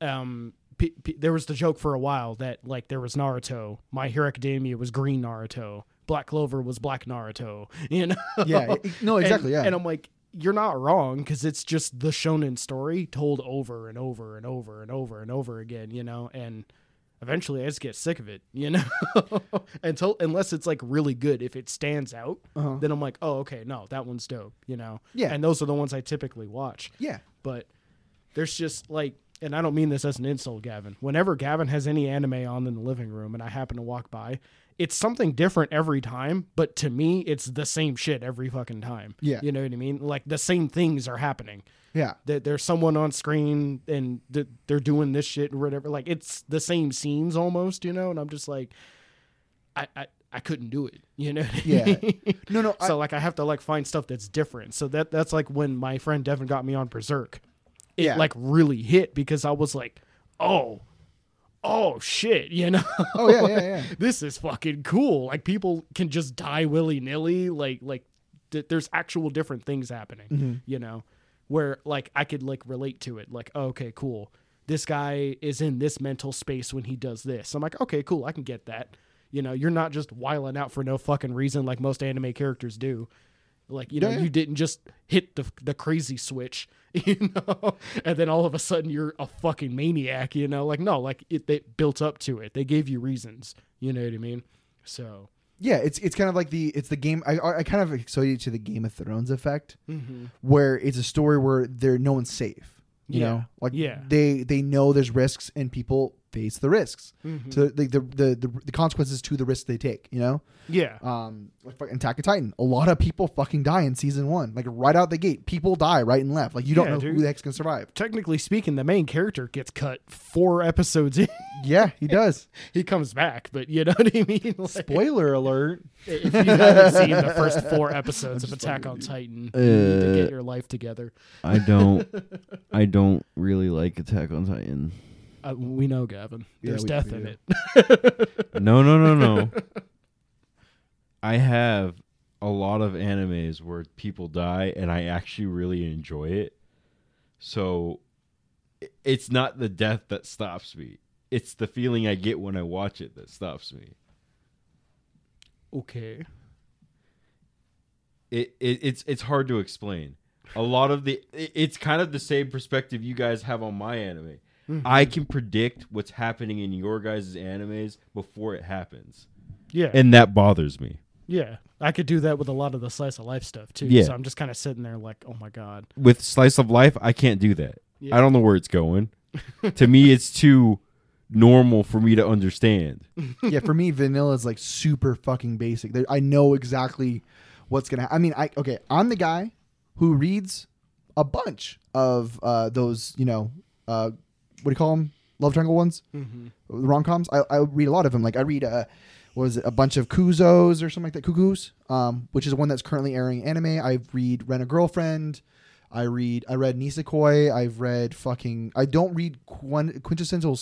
Um, p- p- there was the joke for a while that like there was Naruto, My Hero Academia was Green Naruto, Black Clover was Black Naruto. You know? yeah, it- no, exactly. And, yeah, And I'm like, you're not wrong because it's just the shonen story told over and over and over and over and over again, you know? And eventually I just get sick of it, you know? Until, unless it's like really good. If it stands out, Uh-huh. then I'm like, oh, okay, no, that one's dope, you know? Yeah. And those are the ones I typically watch. yeah. But there's just like, and I don't mean this as an insult, Gavin. Whenever Gavin has any anime on in the living room and I happen to walk by, it's something different every time, but to me, it's the same shit every fucking time. Yeah. You know what I mean? Like the same things are happening. Yeah. That there's someone on screen and th- they're doing this shit or whatever. Like it's the same scenes almost, you know? And I'm just like, I, I, I couldn't do it, you know? what I Yeah. mean? No, no. I, so like I have to like find stuff that's different. So that that's like when my friend Devin got me on Berserk. It Yeah. like really hit because I was like, oh, oh shit, you know. oh yeah, yeah, yeah. this is fucking cool. Like people can just die willy nilly. Like like th- there's actual different things happening. You know, where like I could like relate to it. Like oh, okay, cool. This guy is in this mental space when he does this. I'm like okay, cool. I can get that. You know, you're not just wiling out for no fucking reason like most anime characters do. Like you know, Yeah, yeah. you didn't just hit the the crazy switch, you know, and then all of a sudden you're a fucking maniac, you know. Like no, like it they built up to it. They gave you reasons, you know what I mean? So Yeah, it's it's kind of like the it's the game. I I I kind of associate it to the Game of Thrones effect, where it's a story where there no one's safe. You Yeah. know, like Yeah. they they know there's risks and people face the risks. So the the, the the the consequences to the risks they take. You know, yeah, um, like fucking Attack on Titan. A lot of people fucking die in season one. Like right out the gate, people die right and left. Like you don't Yeah, know dude. who the heck's gonna survive. technically speaking, the main character gets cut four episodes in. Yeah, he does. he comes back, but you know what I mean? Like, Spoiler alert. if you haven't seen the first four episodes of Attack on Titan, you need to Uh, get your life together. I don't. I don't really like Attack on Titan. Uh, we know, Gavin. Yeah, There's we- death we in do. it. No, no, no, no. I have a lot of animes where people die, and I actually really enjoy it. So i- it's not the death that stops me. It's the feeling I get when I watch it that stops me. Okay. it, it it's it's hard to explain. A lot of the it- it's kind of the same perspective you guys have on my anime. Mm-hmm. I can predict what's happening in your guys' animes before it happens, Yeah. and that bothers me. yeah. I could do that with a lot of the slice of life stuff too. Yeah. So I'm just kind of sitting there like, oh my God. With slice of life, I can't do that. Yeah. I don't know where it's going. to me, it's too normal for me to understand. yeah, for me, vanilla is like super fucking basic. There, I know exactly what's gonna. I mean, I okay. I'm the guy who reads a bunch of uh, those. You know, uh, what do you call them? Love triangle ones, rom coms. I, I read a lot of them. Like I read a what is it? A bunch of Kuzos or something like that. Cuckoos, um, which is one that's currently airing anime. I read Rent a Girlfriend. I read. I read Nisekoi. I've read fucking. I don't read quin- quintessential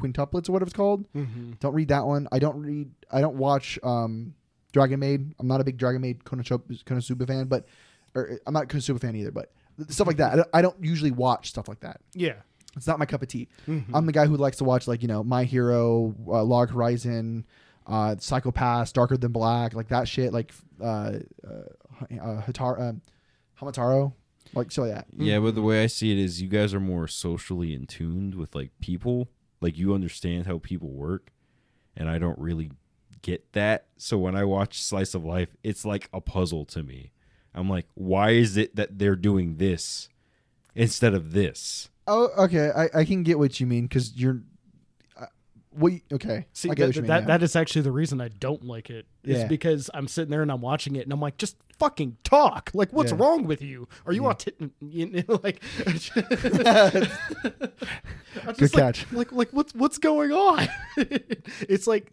quintuplets or whatever it's called. Don't read that one. I don't read. I don't watch um, Dragon Maid. I'm not a big Dragon Maid Konosuba Konosuba fan, but or uh, I'm not a Konosuba fan either. But stuff like that. I don't, I don't usually watch stuff like that. Yeah. It's not my cup of tea. I'm the guy who likes to watch like you know My Hero, uh, Log Horizon, uh, Psychopaths, Darker Than Black, like that shit. Like uh, uh, uh, Hatar, um Hamataro, like shit like that. Yeah, but the way I see it is you guys are more socially in tuned with like people. Like you understand how people work. And I don't really get that. So when I watch Slice of Life, it's like a puzzle to me. I'm like, why is it that they're doing this instead of this? Oh, okay. I, I can get what you mean because you're. uh, What you, okay? See, I that, get what you mean, that, yeah. that is actually the reason I don't like it. Is Yeah. because I'm sitting there and I'm watching it and I'm like, just fucking talk. Like, what's Yeah. wrong with you? Are you autistic? You know, like, I'm just Good like- catch. Like, like what's what's going on? it's like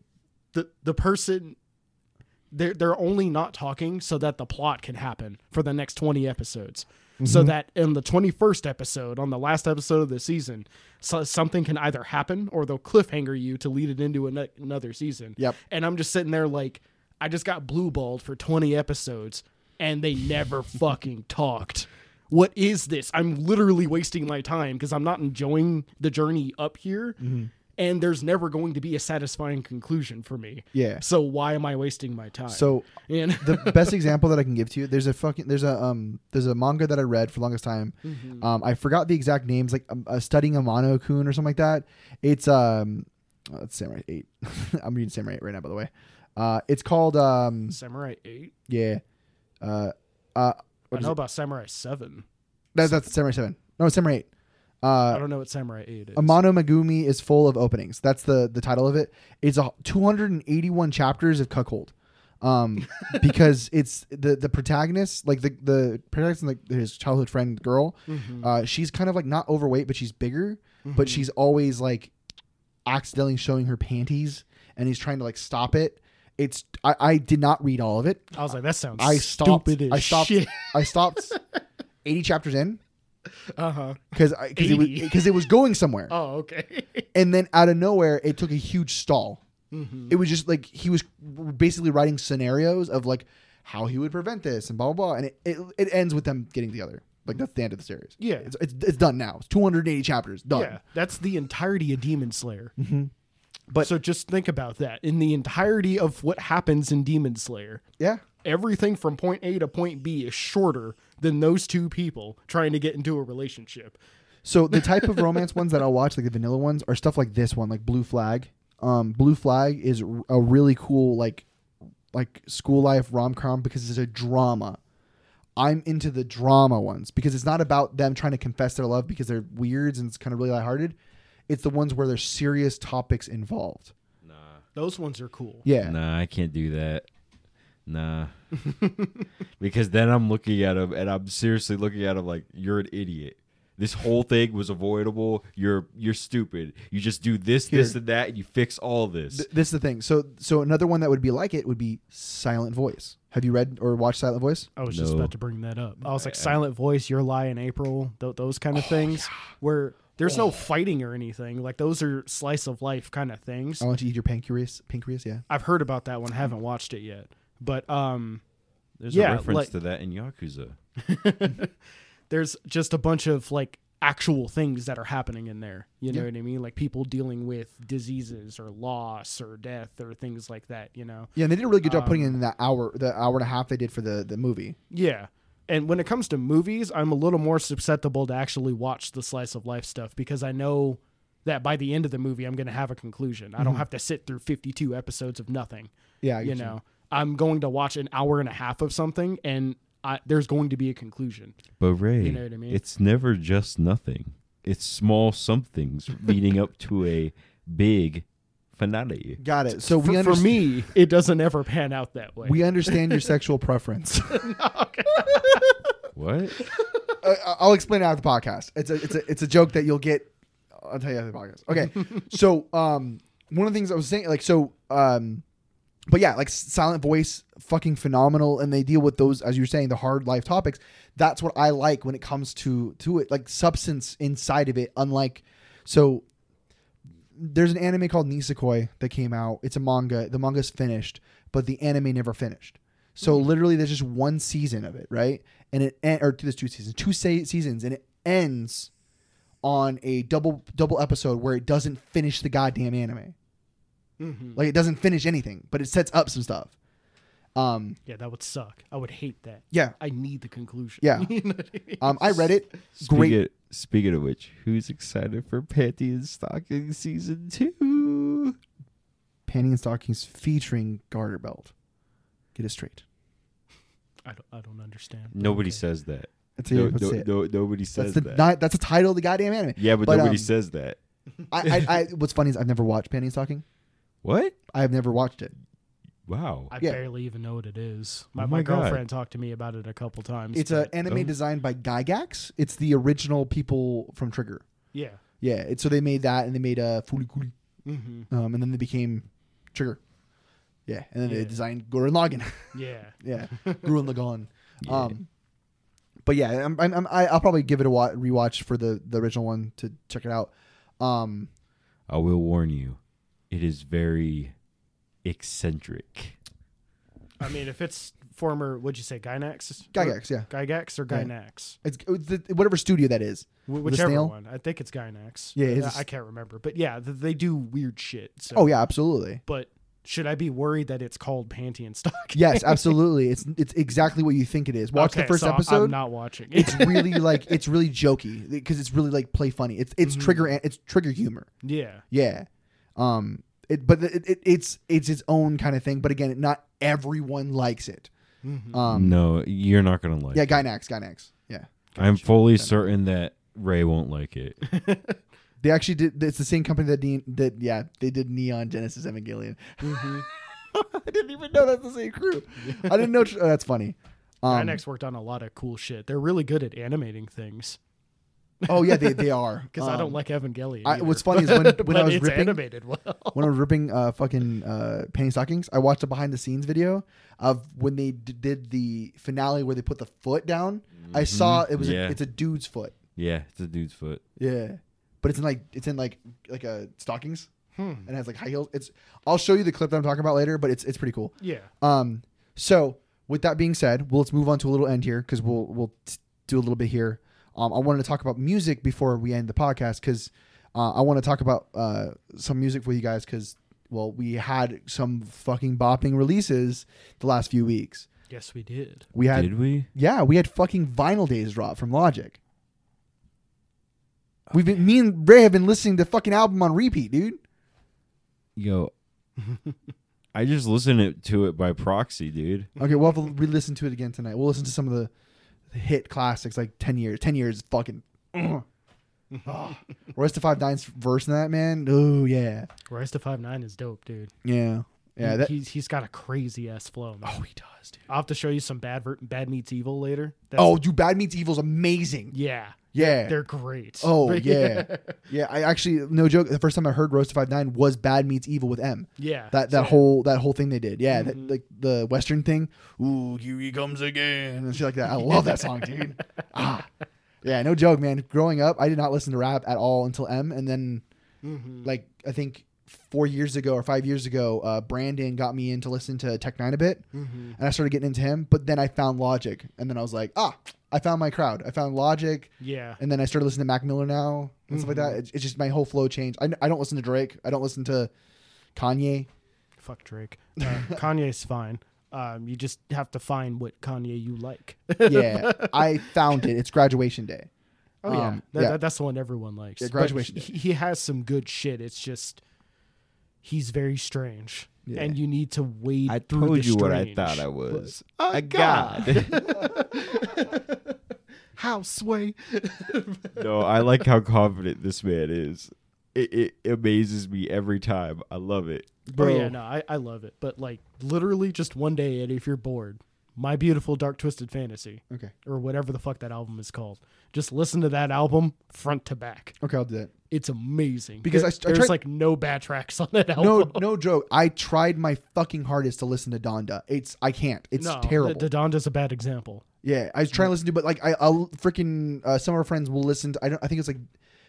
the the person they're they're only not talking so that the plot can happen for the next 20 episodes Mm-hmm. so that in the 21st episode on the last episode of the season so something can either happen or they'll cliffhanger you to lead it into ano- another season Yep. and i'm just sitting there like i just got blue balled for 20 episodes and they never fucking talked what is this i'm literally wasting my time because i'm not enjoying the journey up here Mm-hmm. and there's never going to be a satisfying conclusion for me Yeah. so why am I wasting my time? So and the best example that I can give to you, there's a fucking there's a um there's a manga that I read for the longest time. Um, I forgot the exact names, like um, uh, studying Amano Kun or something like that. It's um, uh, it's Samurai Eight. I'm reading Samurai Eight right now, by the way. Uh, it's called um, Samurai Eight. yeah, uh, uh, I know about Samurai Seven. that's, that's Samurai Seven. No, Samurai Eight. Uh, I don't know what Samurai Eight is. Amano Megumi is full of openings. That's the the title of it. It's a 281 chapters of cuckold, um, because it's the the protagonist, like the the protagonist, and like his childhood friend girl. Mm-hmm. Uh, she's kind of like not overweight, but she's bigger. But she's always like accidentally showing her panties, and he's trying to like stop it. It's I, I did not read all of it. I was like, that sounds I stopped. stupid as I stopped. shit. I stopped. 80 chapters in Uh huh. because because it was 80. because it was going somewhere Oh, okay. and then out of nowhere it took a huge stall Mm-hmm. it was just like he was basically writing scenarios of like how he would prevent this and blah blah blah and it, it, it ends with them getting together like that's the end of the series Yeah. it's, it's, it's done now it's 280 chapters done Mm-hmm. yeah, that's the entirety of Demon Slayer. But- so just think about that in the entirety of what happens in Demon Slayer. yeah Everything from point A to point B is shorter than those two people trying to get into a relationship. So the type of romance ones that I'll watch, like the vanilla ones, are stuff like this one, like Blue Flag. Um, Blue Flag is r- a really cool like like school life rom com because it's a drama. I'm into the drama ones because it's not about them trying to confess their love because they're weirds and it's kind of really lighthearted. It's the ones where there's serious topics involved. Those ones are cool. Yeah. Nah, I can't do that. Nah. because then I'm looking at him and I'm seriously looking at him like you're an idiot. This whole thing was avoidable. You're you're stupid. You just do this, this, Here. and that, and you fix all this. Th- this is the thing. So so another one that would be like it would be Silent Voice. Have you read or watched Silent Voice? I was just No. about to bring that up. I was like, Silent Voice, Your Lie in April, th- those kind of things, where there's no fighting or anything. Like, those are slice of life kind of things. I want you to eat your pancreas. Pancreas, yeah. I've heard about that one, haven't watched it yet. But um, There's Yeah, a reference like- to that in Yakuza. there's just a bunch of like actual things that are happening in there. You know what I mean? Like people dealing with diseases or loss or death or things like that, you know? Yeah, and they did a really good job putting Um, in that hour, the hour and a half they did for the the movie. Yeah. And when it comes to movies, I'm a little more susceptible to actually watch the slice of life stuff because I know that by the end of the movie, I'm going to have a conclusion. I don't have to sit through 52 episodes of nothing. Mm-hmm. Yeah, I you get know, I'm going to watch an hour and a half of something and I, there's going to be a conclusion. But Ray, You know what I mean? it's never just nothing. It's small somethings leading up to a big finale. Got it. So for, we for understand, me, it doesn't ever pan out that way. we understand your sexual preference. What? uh, I'll explain it after the podcast. It's a it's a it's a joke that you'll get. I'll tell you after the podcast. Okay, so um, one of the things I was saying, like, so um, but yeah, like silent voice, fucking phenomenal, and they deal with those as you were saying the hard life topics. That's what I like when it comes to to it, like substance inside of it. Unlike so. There's an anime called Nisekoi that came out. It's a manga. The manga's finished, but the anime never finished. So literally, there's just one season of it, right? And it en- or there's two seasons, two se- seasons, and it ends on a double double episode where it doesn't finish the goddamn anime. Mhm. Like it doesn't finish anything, but it sets up some stuff. Um, Yeah, that would suck. I would hate that. yeah, I need the conclusion. Yeah. You know what I mean? um, I read it. Great. Speaking, speaking of which, who's excited for Panty and Stocking season two? Panty and stockings featuring garter belt. Get it straight. I don't, I don't understand. Nobody Okay. says that. That's, No, that's no- it. no- nobody that's says the that. ni- that's the title of the goddamn anime. yeah, but, but, nobody um, says that. I, I, I what's funny is I've never watched Panty and Stocking. What? I've never watched it. Wow. I Yeah. barely even know what it is. My, Oh my, my God. girlfriend talked to me about it a couple times. It's but- an anime Oh. designed by Gygax. It's the original people from Trigger. yeah. Yeah, it, so they made that and they made a uh, Fooly Cooly, hmm um, and then they became Trigger. Yeah, and then they Yeah. designed Gurren Lagann. Yeah. yeah, Gurren Lagann. Um, but yeah, I'm, I'm, I'm, I- I'll probably give it a wa- rewatch for the the original one to check it out. Um, I will warn you, it is very eccentric. I mean, if it's former, what'd you say, Gynax? Gygax, yeah, Gygax or Yeah. Gynax? it's, it's the, whatever studio that is. Wh- The whichever snail? one. I think it's Gynax. Yeah, it's a I s- I can't remember. But yeah, th- they do weird shit. So. Oh yeah, absolutely. But should I be worried that it's called Panty and Stock? Yes, absolutely. It's it's exactly what you think it is. Watch the first episode. I'm not watching. it's really like it's really jokey because it's really like play funny. It's it's Mhm. trigger an- it's trigger humor. yeah. Yeah. Um. It, but it, it, it's it's its own kind of thing. But again, not everyone likes it. Mhm. Um. no, you're not gonna Mm. like. Yeah. it. Gynax. Gynax. Yeah. I'm fully certain that Ray won't like it. They actually did. It's the same company that de- that yeah they did Neon Genesis Evangelion. Mhm. I didn't even know that's the same crew. I didn't know. Oh, that's funny. Um, Gynax worked on a lot of cool shit. They're really good at animating things. Oh yeah, they they are. Because I Um, don't like Evangelion. I- either. what's funny is when- when I But was it's ripping- animated well. when I was ripping uh, fucking uh, panty stockings, I watched a behind the scenes video of when they d- did the finale where they put the foot down. I saw it was Yeah. a, it's a dude's foot. Yeah, it's a dude's foot. Yeah, but it's in like it's in like like a stockings and it has like high heels. It's I'll show you the clip that I'm talking about later, but it's it's pretty cool. Yeah. Um, so with that being said, well, let's move on to a little end here because we'll we'll t- do a little bit here. Um, I wanted to talk about music before we end the podcast because uh, I want to talk about uh, some music for you guys because well, we had some fucking bopping releases the last few weeks. Yes, we did. We had Did we? yeah, we had fucking vinyl days drop from Logic. We've been me and Ray have been listening to fucking album on repeat, dude. Yo, I just listened it- to it by proxy, dude. Okay, we'll have to re-listen to it again tonight. We'll listen to some of the hit classics like Ten Years. Ten Years is fucking. Ugh. oh, Royce to Five Nine's verse in that man. Oh yeah, Rise to Five Nine is dope, dude. yeah, yeah. He- That he's he's got a crazy ass flow. Man. oh he does, dude. I'll have to show you some bad ver- bad meets evil later. That's, Oh, dude, Bad Meets Evil's amazing. yeah, Yeah. they're great. oh yeah, yeah. I actually, no joke. The first time I heard Royce to Five Nine was Bad Meets Evil with M. yeah. That that So- whole that whole thing they did. Yeah, that, like the Western thing. Ooh, here he comes again, and shit like that. I love that song, dude. Ah. Yeah, no joke, man. Growing up, I did not listen to rap at all until M, and then Mhm. like I think four years ago or five years ago, uh, Brandon got me into listen to Tech Nine a bit, mm-hmm. Hmm. and I started getting into him. But then I found Logic, and then I was like, ah, I found my crowd. I found Logic, Yeah. and then I started listening to Mac Miller now and stuff like Hmm. that. It's, it's just my whole flow changed. I, I don't listen to Drake. I don't listen to Kanye. Fuck Drake. Uh, Kanye's fine. Um, you just have to find what Kanye you like. Yeah, I found it. It's graduation day. Oh yeah, Um, that, yeah. that- that's the one everyone likes. Yeah, But Graduation he, he has some good shit. It's just he's very strange, Yeah. and you need to wade. I through told the you what I strange. thought I was. A a god. How sway? no, I like how confident this man is. It, it amazes me every time. I love it. Oh yeah, no, I, I love it. But like literally, just one day, and if you're bored, my beautiful dark twisted fantasy, Okay, or whatever the fuck that album is called, just listen to that album front to back. okay, I'll do that. It's amazing Because I- I there's tried- like no bad tracks on that No, album. no joke. I tried my fucking hardest to listen to Donda. It's I can't. It's no, terrible. The, the Donda's a bad example. Yeah, I was trying to listen to, but like I, I'll freaking uh, some of our friends will listen. To, I don't. I think it's like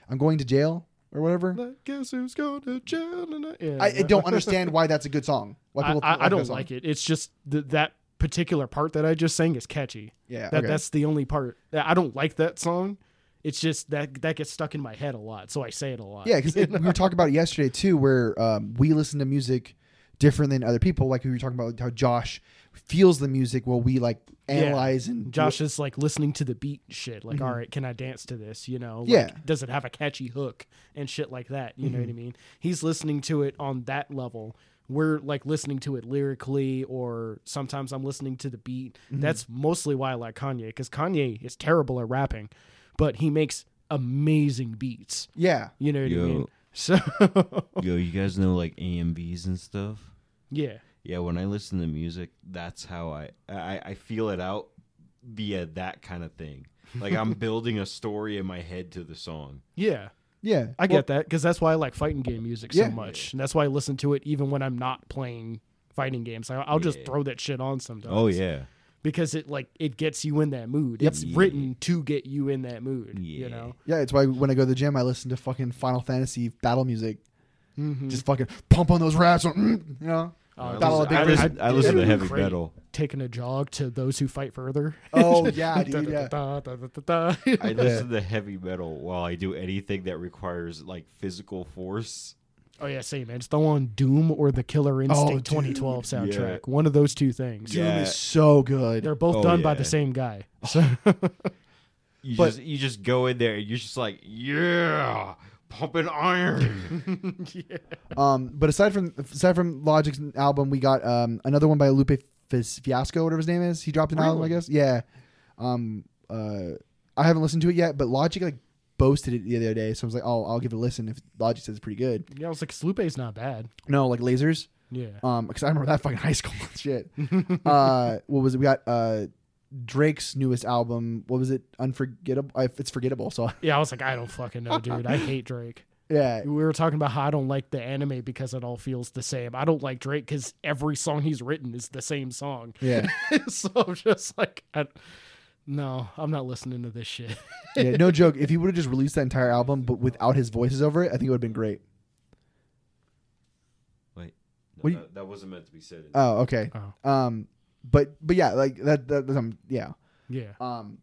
I'm going to jail or whatever. Guess who's going to jail tonight? Yeah, I, I don't understand why that's a good song. Why I, I, I that don't song. like it. It's just th- that particular part that I just sang is catchy. Yeah, That, okay. That's the only part that I don't like that song. It's just that that gets stuck in my head a lot, so I say it a lot. Yeah, because we were talking about it yesterday too, where um, we listen to music different than other people. Like we were talking about how Josh feels the music while we like analyze and Josh is like listening to the beat and shit. Like, all right, can I dance to this? You know, like, Yeah. Does it have a catchy hook and shit like that? You know what I mean? He's listening to it on that level. We're like listening to it lyrically, or sometimes I'm listening to the beat. That's mostly why I like Kanye because Kanye is terrible at rapping, but he makes amazing beats. yeah, You know what I Yo. mean? So Yo, you guys know like AMVs and stuff? yeah, Yeah, when I listen to music, that's how I I, I feel it out via that kind of thing. Like I'm building a story in my head to the song. yeah. yeah. I get that because that's why I like fighting game music Yeah. so much, and that's why I listen to it even when I'm not playing fighting games. I, I'll just Yeah. throw that shit on sometimes. Oh yeah. because it like it gets you in that mood. It's Yeah. written to get you in that mood. Yeah. You know, Yeah, it's why when I go to the gym, I listen to fucking Final Fantasy battle music. Mm-hmm. Just fucking pump on those raps, or, mm, you know. Uh, Battle of Big I Rig. listen, I listen to Dude, heavy great. metal. taking a jog to those who fight further. Oh yeah, dude. Yeah. Da-da-da-da-da-da-da. I listen to heavy metal while I do anything that requires like physical force. oh yeah, same man. It's the one Doom or the Killer Instinct dude. 2012 soundtrack. One of those two things. Oh, Doom Yeah. is so good. They're both Oh, done by yeah. the same guy. So You But- just you just go in there and you're just like, yeah, pumping iron. Um, but aside from aside from Logic's album, we got um, another one by Lupe Fis- Fiasco, whatever his name is. He dropped an album, I guess. Yeah. Um, uh, I haven't listened to it yet, but Logic like boasted it the other day, so I was like, oh, I'll give it a listen if Logic says it's pretty good. yeah, I was like, Slupe's not bad. No, like lasers. Yeah. Um, because I remember that fucking high school shit. uh, what was it? We got uh. Drake's newest album, what was it? Unforgettable. I, it's forgettable. So Yeah, I was like, I don't fucking know, dude. I hate Drake. yeah, We were talking about how I don't like the anime because it all feels the same. I don't like Drake because every song he's written is the same song. yeah, so I'm just like, I, no, I'm not listening to this shit. yeah. No joke. If he would have just released that entire album, but without his voices over it, I think it would have been great. Wait, no, What do you- that, that wasn't meant to be said. Oh, okay. Oh. Um, but but yeah, like that. that that's, um, yeah. Yeah. Um,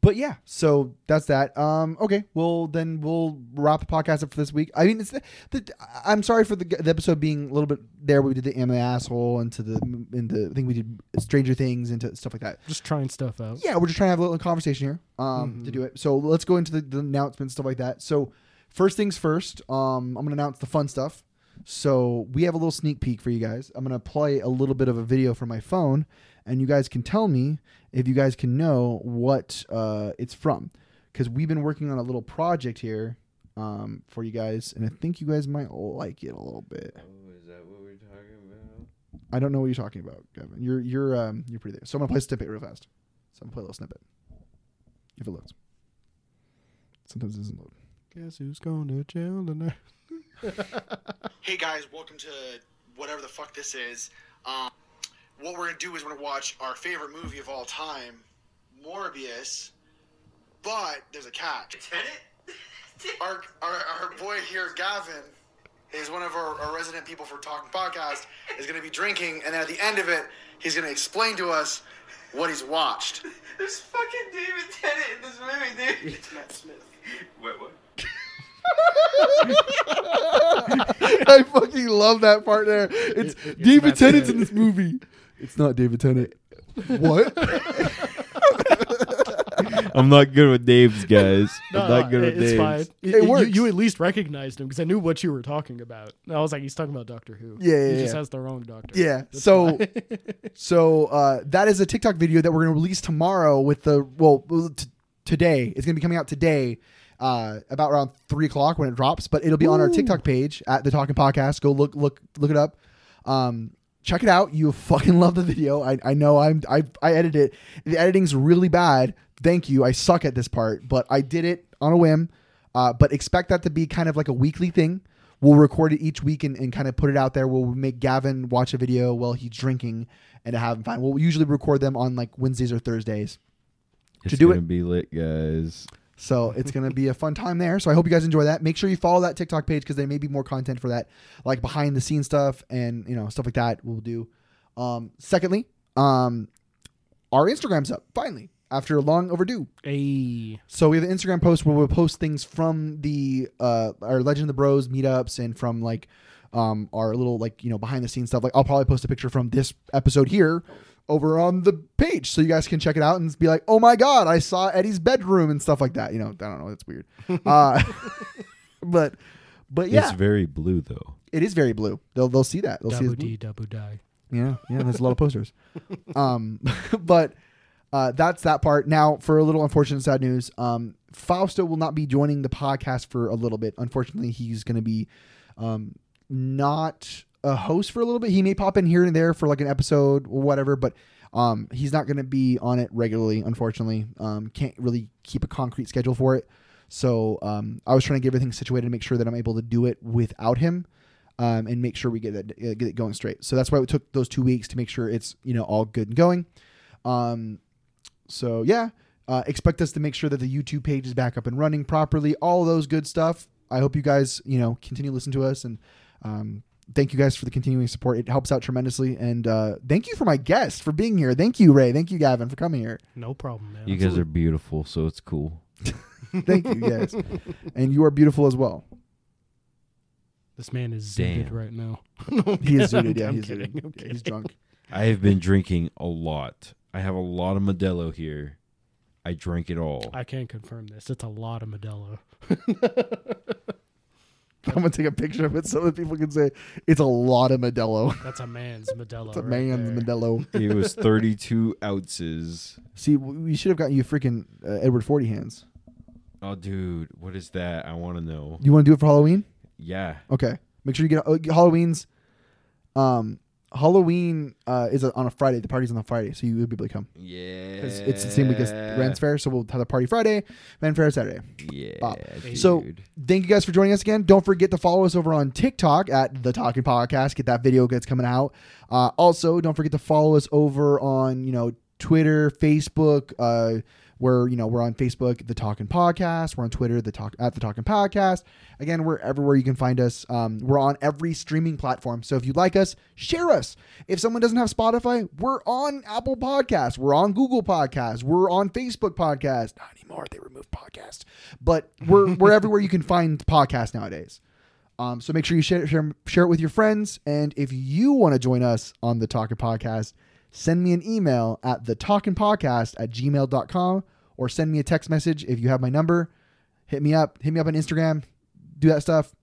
but yeah. So that's that. Um, okay. Well, then we'll wrap the podcast up for this week. I mean, it's the, the, I'm sorry for the, the episode being a little bit there. where We did the anime asshole and to the and the I think we did Stranger Things and to stuff like that. Just trying stuff out. Yeah, we're just trying to have a little conversation here. Um, to do it. So let's go into the, the announcements stuff like that. So first things first. Um, I'm gonna announce the fun stuff. So we have a little sneak peek for you guys. I'm gonna play a little bit of a video from my phone, and you guys can tell me if you guys can know what uh, it's from, because we've been working on a little project here um, for you guys, and I think you guys might like it a little bit. Oh, is that what we're talking about? I don't know what you're talking about, Kevin. You're you're um, you're pretty there. So I'm gonna play a snippet real fast. So I'm gonna play a little snippet. If it loads. Sometimes it doesn't load. Guess who's going to jail tonight? hey guys, welcome to whatever the fuck this is. Um, what we're gonna do is we're gonna watch our favorite movie of all time, Morbius. But there's a catch. Our, our our boy here, Gavin, is one of our, our resident people for Talking Podcast, is going to be drinking, and then at the end of it, he's going to explain to us what he's watched. There's fucking David Tennant in this movie, dude. It's Matt Smith. Wait, what? I fucking love that part there. It's, David Matt Tennant's Smith. in this movie. It's not David Tennant. What? I'm not good with names, guys. I'm not good with it's fine. names. You- It you- works. You, at least recognized him because I knew what you were talking about. And I was like, he's talking about Doctor Who. Yeah, yeah, He just yeah. has the wrong doctor. yeah. That's so, why. so uh, that is a TikTok video that we're gonna release tomorrow with the well t- today. It's gonna be coming out today. Uh, about around three o'clock when it drops, but it'll be on our TikTok page at the Talking Podcast. Go look, look, look it up. Um, check it out. You fucking love the video. I, I know I'm I I edit it. The editing's really bad. Thank you. I suck at this part, but I did it on a whim. Uh, but expect that to be kind of like a weekly thing. We'll record it each week and, and kind of put it out there. We'll make Gavin watch a video while he's drinking and have him find. We'll usually record them on like Wednesdays or Thursdays. It's To do gonna it- be lit, guys. So it's going to be a fun time there. So I hope you guys enjoy that. Make sure you follow that TikTok page because there may be more content for that, like behind the scenes stuff and you know stuff like that. We'll do. Um, secondly, um, our Instagram's up finally after long overdue. Ayy. So we have an Instagram post where we'll post things from the uh, our Legend of the Bros meetups and from like um, our little like you know behind the scenes stuff. Like I'll probably post a picture from this episode here over on the page so you guys can check it out and be like, oh my god, I saw Eddie's bedroom and stuff like that. You know, I don't know, that's weird. Uh, but but yeah, It's very blue though. it is very blue. They'll they'll see that. They'll see Double it's blue. D, double die. Yeah, yeah. There's a lot of posters. um, but uh, that's that part. Now, for a little unfortunate sad news, um, Fausto will not be joining the podcast for a little bit. Unfortunately, he's going to be um, not a host for a little bit. He may pop in here and there for like an episode or whatever, but um, he's not going to be on it regularly. Unfortunately, um, can't really keep a concrete schedule for it. So um, I was trying to get everything situated to make sure that I'm able to do it without him um, and make sure we get that uh, get it going straight. So that's why we took those two weeks to make sure it's you know all good and going. Um, so yeah, uh, expect us to make sure that the YouTube page is back up and running properly. All those good stuff. I hope you guys you know continue to listen to us and um, thank you guys for the continuing support. It helps out tremendously. And uh, thank you for my guest for being here. Thank you Ray. Thank you Gavin for coming here. No problem, man. You guys are beautiful, so it's cool. Thank you guys. and you are beautiful as well. This man is Damn. zooted right now. He is zooted. Yeah, I'm he's kidding, zooted. I'm Yeah, he's kidding. drunk. I have been drinking a lot. I have a lot of Modelo here. I drank it all. I can confirm this. It's a lot of Modelo. I'm gonna take a picture of it so that people can say it's a lot of Modelo. That's a man's Modelo. It's a right man's there. Modelo. it was 32 ounces. See, w- we should have gotten you freaking uh, Edward Forty Hands. Oh, dude, what is that? I want to know. You want to do it for Halloween? Yeah, Okay. Make sure you get uh, Halloween's. Um, Halloween uh, is on a Friday. The party's on a Friday, so you would be able to come. yeah. 'Cause It's the same week as Rand's Fair, so we'll have the party Friday, Rand Fair Saturday. Yeah, Bob. dude. So thank you guys for joining us again. Don't forget to follow us over on TikTok at the Talking Podcast. Get that video that's coming out. Uh, also, don't forget to follow us over on you know Twitter, Facebook. Uh, we're you know we're on Facebook, the Talking Podcast. We're on Twitter, the Talk at the Talking Podcast. Again, we're everywhere you can find us. Um, we're on every streaming platform. So if you like us, share us. If someone doesn't have Spotify, we're on Apple Podcasts. We're on Google Podcasts. We're on Facebook Podcasts. Not anymore. They removed podcasts. But we're we're everywhere you can find podcasts nowadays. Um, so make sure you share, share share it with your friends. And if you want to join us on the Talking Podcast, send me an email at the Talking Podcast at gmail.com or send me a text message if you have my number. Hit me up. Hit me up on Instagram. Do that stuff.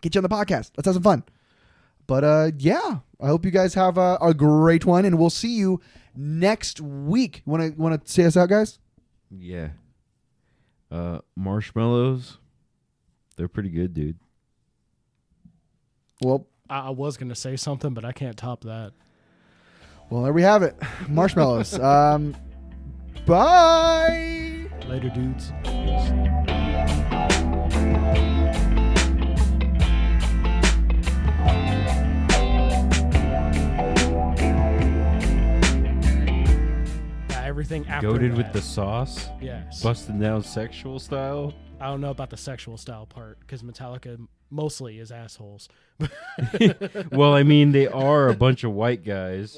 Get you on the podcast. Let's have some fun. But uh, yeah, I hope you guys have a, a great one, and we'll see you next week. Want to want to say us out, guys? yeah. Uh, marshmallows, they're pretty good, dude. Well, I, I was gonna say something, but I can't top that. well, there we have it. Marshmallows. um, bye. Later, dudes. I everything after Goaded that. with the sauce, yes. busting down sexual style. I don't know about the sexual style part because Metallica mostly is assholes. Well, I mean, they are a bunch of white guys.